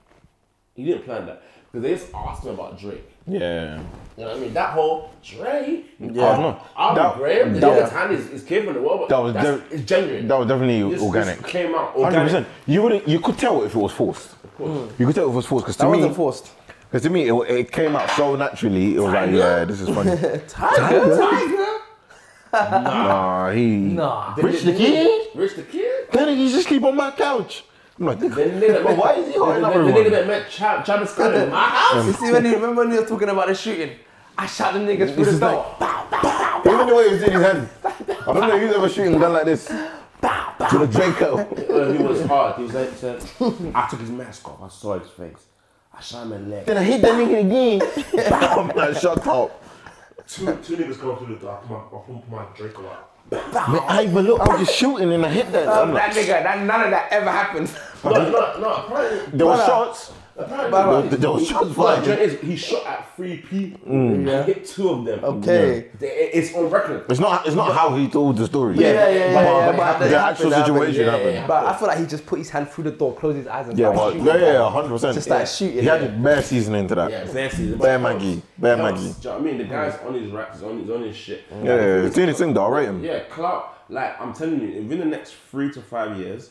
He didn't plan that because they just asked him about Drake.
Yeah.
You know what I mean? That whole Drake, yeah,
I know.
I'll
That-
be Graham. The
that
other
was-
time is, is came from the world, but
That was
that's,
def-
it's genuine.
That was definitely
This- this
organic.
came out
Hundred
organic.
percent. You would you could tell if it was forced. You could tell if it was forced because to
That
me,
wasn't forced.
because to me, it, it came out so naturally. It was like, yeah, this is funny.
Tiger.
Tiger,
nah, he.
Nah.
Rich the kid.
Rich the kid.
Then he just sleep on my couch. I'm like,
The nigga that
but
met,
why is he
the,
holding up
the, the nigga
everyone?
that met Chad, Chad Scott in my house.
You see when you remember when you were talking about the shooting? I shot them niggas through
This
the
is
door.
Even the way he was in his hand. I don't know who's ever shooting gun like this. To the Draco.
Well, he was hard. He was like, he said, I took his mask off. I saw his face. I shot him in the leg.
Then I hit that nigga again. Bam! Like, shut up.
Two, two niggas come through the door. I put my, my Drake out.
Man, I, but look, I was just shooting and I hit that. I'm
That
like,
nigga, that, none of that ever happened.
No, no, no. Apparently,
there were shots.
apparently,
There were- there were shots
Well,
fired.
Drake is, he shot at three people
Mm.
and
Yeah.
hit two of them.
Okay.
They- It's on record.
It's not. It's not how he told the story.
Yeah, yeah, yeah,
But,
yeah,
but
but
the
it
actual
happened,
situation
happened.
happened.
Yeah,
But I feel like he just put his hand through the door, closed his eyes, and
Yeah,
started
but
shooting.
yeah, yeah, hundred percent.
Just started shooting,
He had
yeah.
a bare season into that.
Yeah, fancy.
Bear Maggie. Bear
Clouts,
Maggie.
Do you know what I mean? The guy's on his raps, he's on his, on his shit.
Yeah, yeah, yeah. Doing his thing though. I rate him.
Yeah, clout. Like, I'm telling you, within the next three to five years,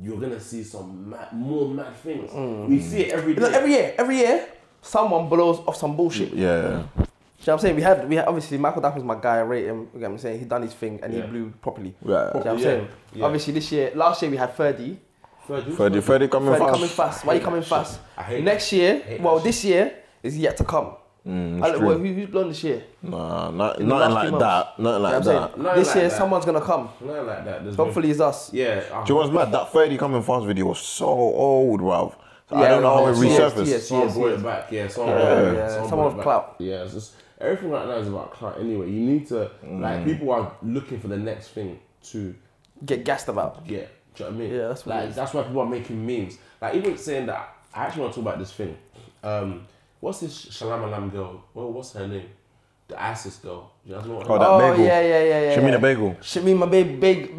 you're gonna see some mad, more mad things.
Mm.
We see it every day.
You know, every year, every year, someone blows off some bullshit. You know
Yeah.
what I'm saying? We had, we had obviously Michael Dapper's my guy. I rate him. You know what I'm saying? He done his thing and
Yeah.
he blew properly.
Yeah.
You know what I'm
Yeah,
saying?
yeah.
Obviously, this year, last year we had 30.
Ferdy,
Freddie, Freddie coming
30
fast.
coming fast. Why you coming fast?
I hate
Next year,
hate
well,
that
this year is yet to come.
Mm, it's
I don't-
true.
well, who, who's blown this year?
Nah, not,
the
nothing
last few
like that.
months.
Nothing
You know what I'm
like
saying?
that.
Nothing
this
like
year,
that.
someone's gonna come.
Nothing like that. There's
Hopefully, it's us.
no- yeah. uh,
Do you know what's mad? That 30 coming fast video was so old, bruv. I
Yeah,
don't know how it
no, it's-
resurfaced.
yes, yes.
Someone brought it back, yeah. Someone
Yeah,
brought it back.
yeah,
Someone
someone
brought it
with
back.
clout.
Yeah, it's just everything right now is about clout. Anyway, you need to
Mm.
like people are looking for the next thing to
Get gassed about.
get. Do you know what I mean?
Yeah, that's what it
like
is.
that's why people are making memes. Like even saying that, I actually want to talk about this thing. Um, what's this Shalamalam girl? Well, what's her name? The ISIS girl. Do you guys know what? her
Oh,
name
that
oh
bagel.
yeah, yeah, yeah, yeah.
She mean
yeah.
a bagel.
Shamima big big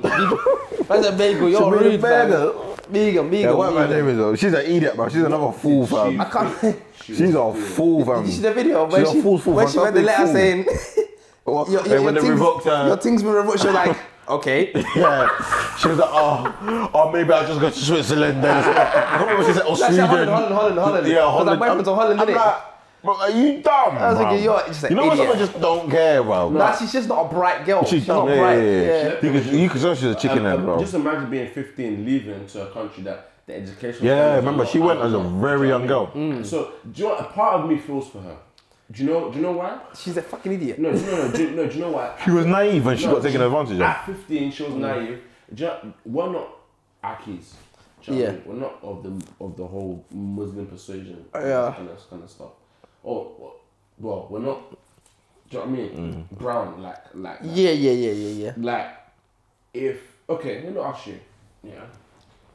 Bigum. That's a bagel. You're
Shamima
rude.
bagel.
Bigum, bigum.
Yeah, whatever her
bigum.
name is, though. She's an idiot, bruv. She's another fool,
is?
fam.
She-
Can't-
she
She's
was
a
weird.
fool, fam.
Did you see the video when
She's
she,
a fool, fool,
when
fam.
she read
Something
the letter
fool.
saying
Well,
your,
and
your,
when
your,
they
things,
revoked her.
your things been revoked, you're like, okay.
Yeah. She was like, oh, oh, maybe I'll just go to Switzerland then. I don't remember she said, or
Like, she
Oh, Sweden.
said Holland, Holland, Holland.
Yeah,
Because her
Holland.
boyfriend's from Holland,
I'm
innit?
like, bro, are you dumb?
I was
bro?
thinking, you're just an
You know when
idiot.
someone just don't care, bro?
nah, she's just not a bright girl.
She's dumb,
not
yeah,
bright.
yeah, yeah. You could, you could tell she's a chicken head,
Um,
bro.
Just imagine being 15, leaving to a country that the education.
Yeah, remember, she went as a very young girl.
Mm.
So, do you know, a part of me feels for her. Do you know? Do you know why?
She's a fucking idiot.
No, do you know, no, do, no, do you know why?
She was naive and she
No,
got taken advantage of.
At 15, she was naive. Do you know- we're not Akis. Do you know what I
Yeah.
mean? We're not of the of the whole Muslim persuasion.
Yeah.
Kind of, kind of stuff. Or, well, we're not. Do you know what I mean? Brown, like, like, that.
Yeah, yeah, yeah, yeah, yeah.
like, if okay, let me ask you. Yeah,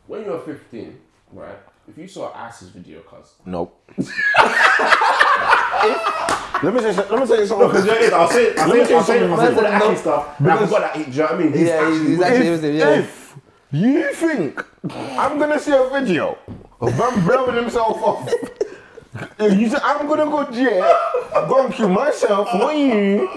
when you're 15, right? If you saw As's video, cuz.
Nope. let me say. Let me say something.
Because I'll say it, I'll
Let me
say it, I'll
say
say it, I'll say it,
something.
I'll say it, stuff. and I forgot that, do you know what I mean? He's
Yeah, he's-
actually
he's
with it.
actually-
if,
yeah.
if you think I'm gonna see a video of him blowing himself off, if you say I'm gonna go jail, I'm gonna kill myself, not you,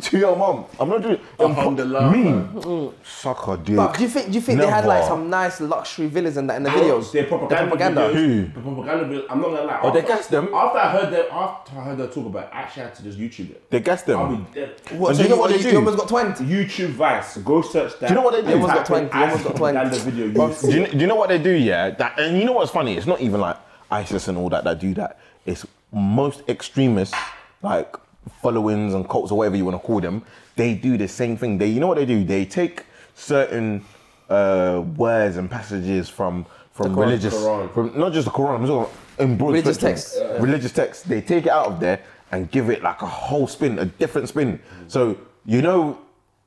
to your mom. I'm not doing. I'm
Alhamdulillah,
me, sucker dick.
But do you think do you think they had like
Never.
some nice luxury villas and that in the videos?
Their propaganda,
propaganda.
videos. The propaganda videos. I'm not gonna lie.
Oh, they
after-
gassed them?
After I heard them, after I heard them talk about, it, I actually had to just YouTube it.
They gassed them.
I'll be dead.
What,
And
so
do you know what
you,
they
you
do?
almost got twenty.
YouTube Vice. Go search that.
Do you know what they do?
and
Almost
type
got
in
20, almost got 20.
propaganda video. You will
do,
see
you,
it.
do you know what they do? Yeah, that, and you know what's funny? It's not even like ISIS and all that that do that. It's most extremists, like followings and cults or whatever you want to call them. They do the same thing. They, you know what they do? They take certain uh, words and passages from from
The Quran.
religious,
Quran.
from not just the Quran. I'm talking about in broad
Religious
spectrum.
texts. Yeah.
Religious texts. They take it out of there and give it like a whole spin, a different spin. So you know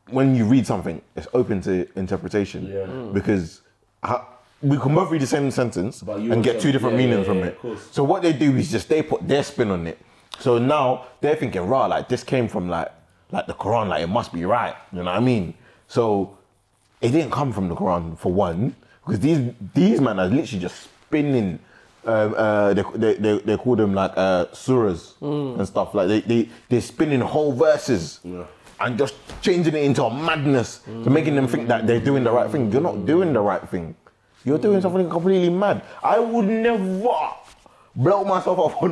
when you read something, it's open to interpretation
Yeah. Mm.
because how, we can both read the same sentence
But you
and
also-
get two different
yeah, yeah,
meanings
yeah,
from
yeah,
it.
of course.
So what they do is just they put their spin on it. So now they're thinking, rah, like this came from like like the Quran, like it must be right. You know what I mean? So it didn't come from the Quran for one, because these these men are literally just spinning. Um, uh, they, they, they, they call them like uh, surahs and stuff like they they they're spinning whole verses and just changing it into a madness, so making them think that they're doing the right thing. You're not doing the right thing. You're doing something completely mad. I would never blow myself up for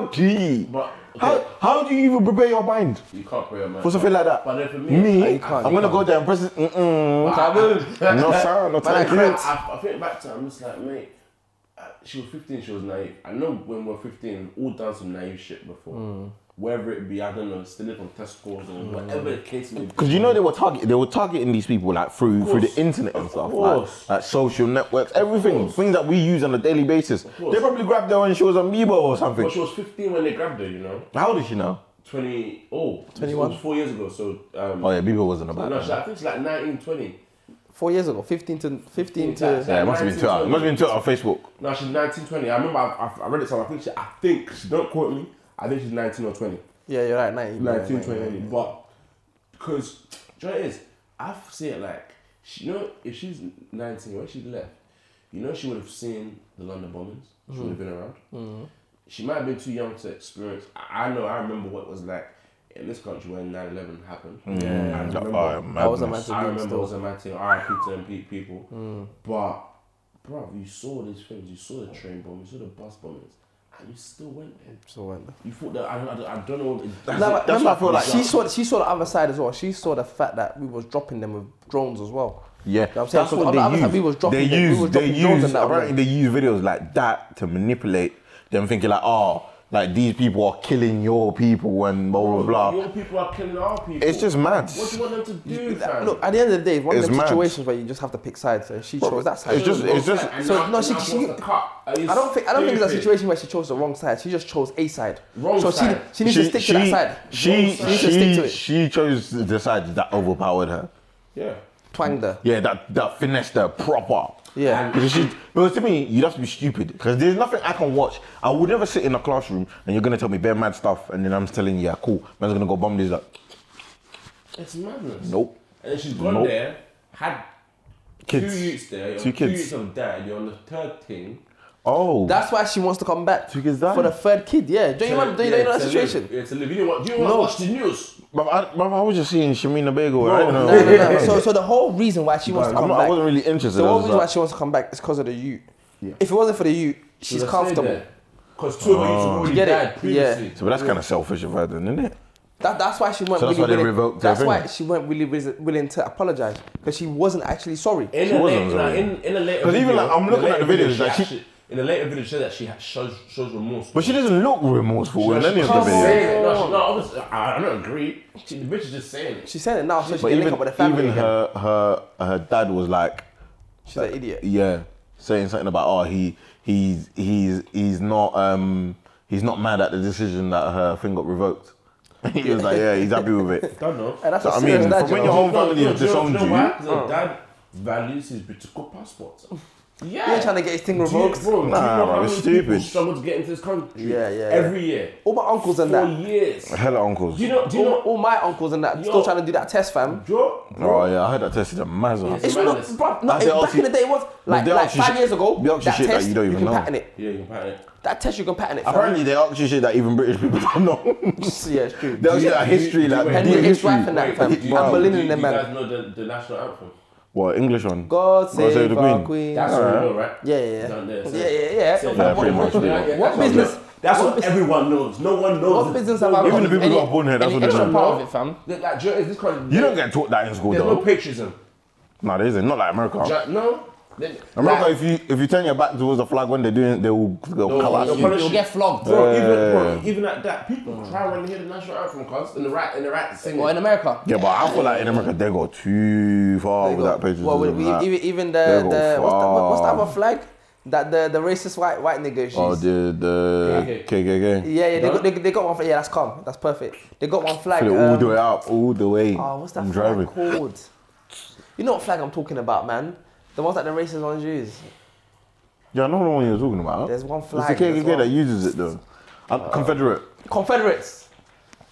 nobody.
But,
how,
okay.
how do you even prepare your mind
You can't pray a man.
for something like that?
But then for me,
me,
I-
I'm
Oh, you can't,
gonna go there and press mm, it. Mm-mm. No, sir, no
I,
time.
I, I think back to it, I'm just like, mate, uh, she was 15, she was naive. I know when we we're 15, all done some naive shit before.
Hmm.
Whether it be, I don't know, stealing from test scores or whatever the case may be.
Because you know they were target, they were targeting these people like through through
course.
the internet and stuff, like,
course.
like social networks, everything, things that we use on a daily basis. They probably grabbed her when she was on Bebo or something.
But she was 15 when they grabbed her, you know?
How old is she now?
20, oh,
21.
21. Four years ago, so. Um,
Oh yeah, Bebo wasn't about
No,
that.
she's like, I think she's like 19, 20.
Four years ago, fifteen to fifteen
Yeah.
to
Yeah, it must have been Twitter. It must have been Twitter or Facebook.
No, she's 19, 20. I remember I, I, I read it somewhere. I think she, I think, she, don't quote me, I think she's 19 or 20.
Yeah, you're right, ninety.
19, 20. But, because, do you know what it is? I see it like, she, you know, if she's 19, when she left, you know, she would have seen the London bombings. She would have been around. She might have been too young to experience. I, I know, I remember what it was like in this country when 9 11 happened. I
Mm,
remember-
oh,
I was a Mm.
madness.
massive
I
league
remember it
still.
was a matter of RIP to MP people. But, bro, you saw these things. You saw the train bombing, you saw the bus bombings, and you still went there.
So when-
You thought that, I don't, I don't, I don't know. That's,
No,
it,
but
that's what I feel like.
She saw, she saw the other side as well. She saw the fact that we was dropping them with drones as well.
Yeah,
You know what I'm saying?
that's
So
what
the other
they
side,
use.
we was dropping
they
them- we
use,
was
they
dropping drones
use,
and that,
apparently they use videos like that to manipulate them thinking like, oh, like these people are killing your people and blah, blah, blah.
Your people are killing our people.
It's just mad.
What do you want them to do, fam?
Look, at the end of the day, it's one
It's
of them
mad.
situations where you just have to pick sides, and she chose that side.
it's just- it's just-
So, no, she- she- I
I
don't think I don't think it's a situation where she chose the wrong side. She just chose a side.
Wrong
so
side.
She, she needs to stick to that side.
She,
she needs to stick to
she,
it.
she chose the side that overpowered her.
Yeah.
Twanged her.
Yeah, that, that finessed her proper.
Yeah.
Because, she, because to me, you'd have to be stupid. Because there's nothing I can watch. I would never sit in a classroom and you're going to tell me bare mad stuff and then I'm telling you, yeah, cool. Man's going to go bomb this. Like,
It's madness.
nope.
And then she's gone
Nope.
there, had
Kids.
two youths there,
Two
two
kids.
youths have died, you're on the third thing.
Oh.
That's why she wants to come back
Two kids died.
for the third kid. Yeah, don't you,
Yeah,
mind- don't you, don't you know
to
that
live.
situation?
Yeah, to live. You know what? Do you want to
No.
watch the news?
But I, but I was just seeing Shamina Bagel. I don't know.
No, no, no. so, so the whole reason why she wants to
I'm
come
not, I
back.
wasn't really interested.
the
I
whole
was
reason why
like,
she wants to come back is because of the you. If it wasn't for the you, she's comfortable.
Because two
Oh.
of you already
Get it?
died previously.
Yeah.
so but that's kind of selfish of her, then, isn't it?
That, that's why she went.
So that's
really
why they
willing,
revoked their
That's why
thing.
she went really ris- willing to apologize because she wasn't actually sorry.
In
She
a
wasn't
later,
sorry.
in, in a later
Because
video,
even, like, I'm
in a
looking at
later
the
video,
videos, like, she-
actually- in a later video she said that she ha- shows, shows remorse.
But she doesn't look remorseful in any of the
She's
video.
videos.
saying it. No, she, no obviously, I, I don't agree. She, the bitch is just saying it.
She said it now, so she
But
can
even,
link up with the family.
even
again.
her, her, her dad was like,
she's an idiot.
yeah, saying something about, oh, he, he's, he's, he's not, um, he's not mad at the decision that her thing got revoked. he was like, yeah, he's happy with it.
Don't know.
And that's
So,
what
I mean,
serious dad
from when
joke.
your whole family has
do you know- do
disowned
you. know
you.
why? 'Cause her dad values his British passport. Yeah.
He ain't trying to get his thing
Do you-
revoked.
bro, do you
Nah,
know
bro,
how
it's
many people
stupid.
Struggle to get into this country.
Yeah, yeah,
Every year.
All my uncles and
For
that.
years.
Hella uncles.
Do you know? Do you
all,
know?
all my uncles and that still
Yo.
trying to do that test, fam.
Bro,
Oh
bro,
yeah, I heard that tested a mazza.
It's
It's not,
madness.
bruv, no,
That's
it-
the
back
ulti-
in the day, it was like,
the
like
ulti-
five years ago.
the ulti
that
shit that
test,
you don't even
can
know.
patent it.
yeah, eh? you can pattern it.
That test, you can patent it. fam.
Apparently they actually shit that even British people don't know.
yeah, it's true.
they actually
you-
that history
do you-
like
wait, Henry,
deep
it's
history.
right for that.
Wait,
fam.
do you-
I'm
do you-
believing in them,
do You
man.
guys know the, the national anthem.
What English one?
God save,
save the
our
queen.
queen.
That's
Alright.
what you know, right?
Yeah, yeah, yeah.
Down there, so-
yeah, yeah, yeah.
So-
Yeah, pretty much,
What-
yeah.
yeah,
What
that's what-
business-
That's
what
what,
bus-
everyone knows. No one knows.
What
it.
business
No
have I
one
got?
Even the people
Any-
who are born here, that's
any
what they
extra
know.
part of it, fam.
Like, like, do you know, is this country,
You don't get taught that in school
There's
though.
no patriotism.
no, there isn't. Not like
Do
America.
you- No. They-
America,
like,
if you if you turn your back towards the flag when they're doing, they will they'll
No,
come at
you'll
you.
punish-
Bro,
You'll
get flogged.
Bro, even, bro, even at that, people cry when they hear the national anthem, cause in the right, in the right singing.
Or in America.
Yeah, but I feel like in America they go too far
They
with
got-
that patriotism.
Well, we,
and
we,
that.
even, even
They
the,
go
the what's, that, what- what's that
far.
other flag that the, the racist white white niggas
Oh,
use?
the the KKK.
yeah, yeah, they
No?
got, they, they got one. flag. Yeah, that's calm. That's perfect. They got one flag.
Feel it all
um,
the way up, all the way.
Oh, what's that
I'm
flag
driving.
called? You know what flag I'm talking about, man? The ones that the racist ones use.
Yeah, I know the one you're talking about.
There's one
It's
flag
the
as
KKK
well.
that uses it though. Uh, Confederate.
Confederates.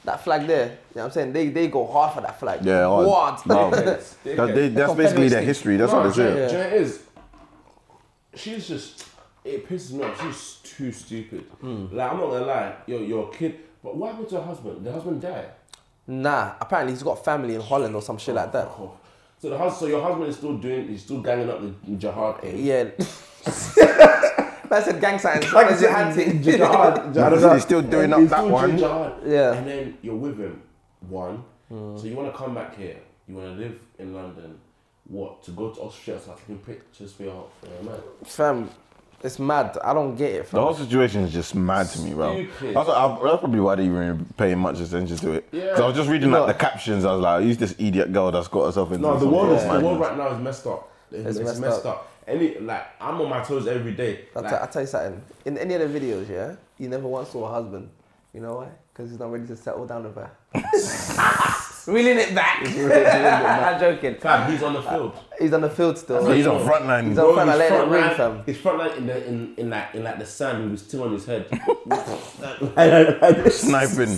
That flag there. You know what I'm saying? They they go hard for that flag.
Yeah. oh,
What?
no.
Dickheads.
That- they- that's basically their history. That's
No,
what they
do you know-
say.
do you know what it is? She's just. It pisses me off. She's too stupid.
Hmm.
Like I'm not gonna lie, yo, your kid. But what happened to her husband? The husband died.
Nah. Apparently he's got family in Holland or some shit like that.
Oh. So the hus- so your husband is still doing, he's still ganging up eh? the jihad. thing.
Yeah. That's a gang sign. That's your hand thing.
Jihad,
No,
jihad.
he's still doing
And
up
he's
that
still doing
one.
jihad.
Yeah.
And then you're with him, one.
Hmm.
So you want to come back here. You want to live in London. What to go to Austria so I can take pictures for your, for your man?
Fam, it's mad. I don't get it,
The
fam.
whole situation is just mad to me, bro.
Stupid.
That's, I, that's probably why I didn't even pay much attention to it.
Yeah.
Because I was just reading
No.
like the captions. I was like, "Who's this idiot girl that's got herself into
No, the
some
world
sort
is
of
the world
madness?"
right now is messed up. It's,
messed
messed, up. Any like I'm on my toes every day.
I'll,
Like,
t- I'll tell you something. In any of the videos, yeah, you never once saw a husband. You know why? Because he's not ready to settle down with her. Reeling it back. I'm joking.
fam, he's on the field.
He's on the field still.
He's on front line.
He's on- front, I
his
let it ring,
line-
fam.
His front line in the in, in like in like the sand with his still on his head.
sniping.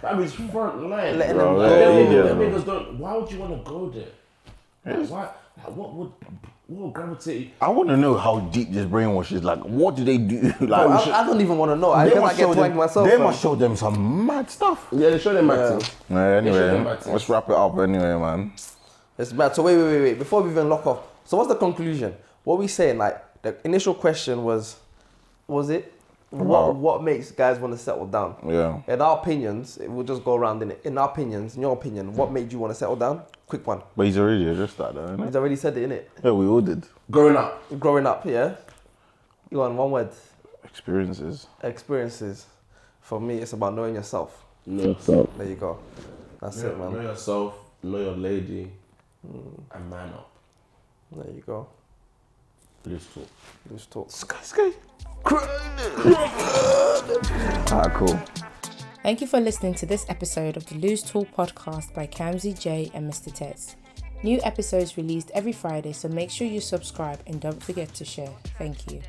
Fam, his front line.
Letting
Bro,
them
let
go.
it
Yo,
Yeah.
them niggas don't. Why would you want to go there? Like, why? Like, what would what would gravitate?
I want to know how deep this brainwash is. Like, what do they do? like,
Bro,
we
I,
should-
I don't even want to know. I think I get twanked myself.
they
fam.
must show them some mad stuff.
Yeah, they show them acting.
Yeah, anyway,
them back to-
let's wrap it up anyway, man.
It's mad. So wait, wait, wait, wait. Before we even lock off, so what's the conclusion? What we saying? Like the initial question was, was it
Wow.
what what makes guys want to settle down?
Yeah.
In our opinions, it will just go around in it. In our opinions, in your opinion, what made you want to settle down? Quick one.
But he's already addressed that, though, isn't
He's already said it in it.
Yeah, we all did.
Growing up,
Growing up, yeah. You want one word?
Experiences.
Experiences. For me, it's about knowing yourself.
know yourself.
There you go. That's it,
Know
man.
yourself. Know your lady. And man up.
There you go.
Please talk.
Let's talk.
Sky, sky. ah, cool.
Thank you for listening to this episode of the Lose Talk podcast by Kamzi J and Mr. Tets. New episodes released every Friday, so make sure you subscribe and don't forget to share. Thank you.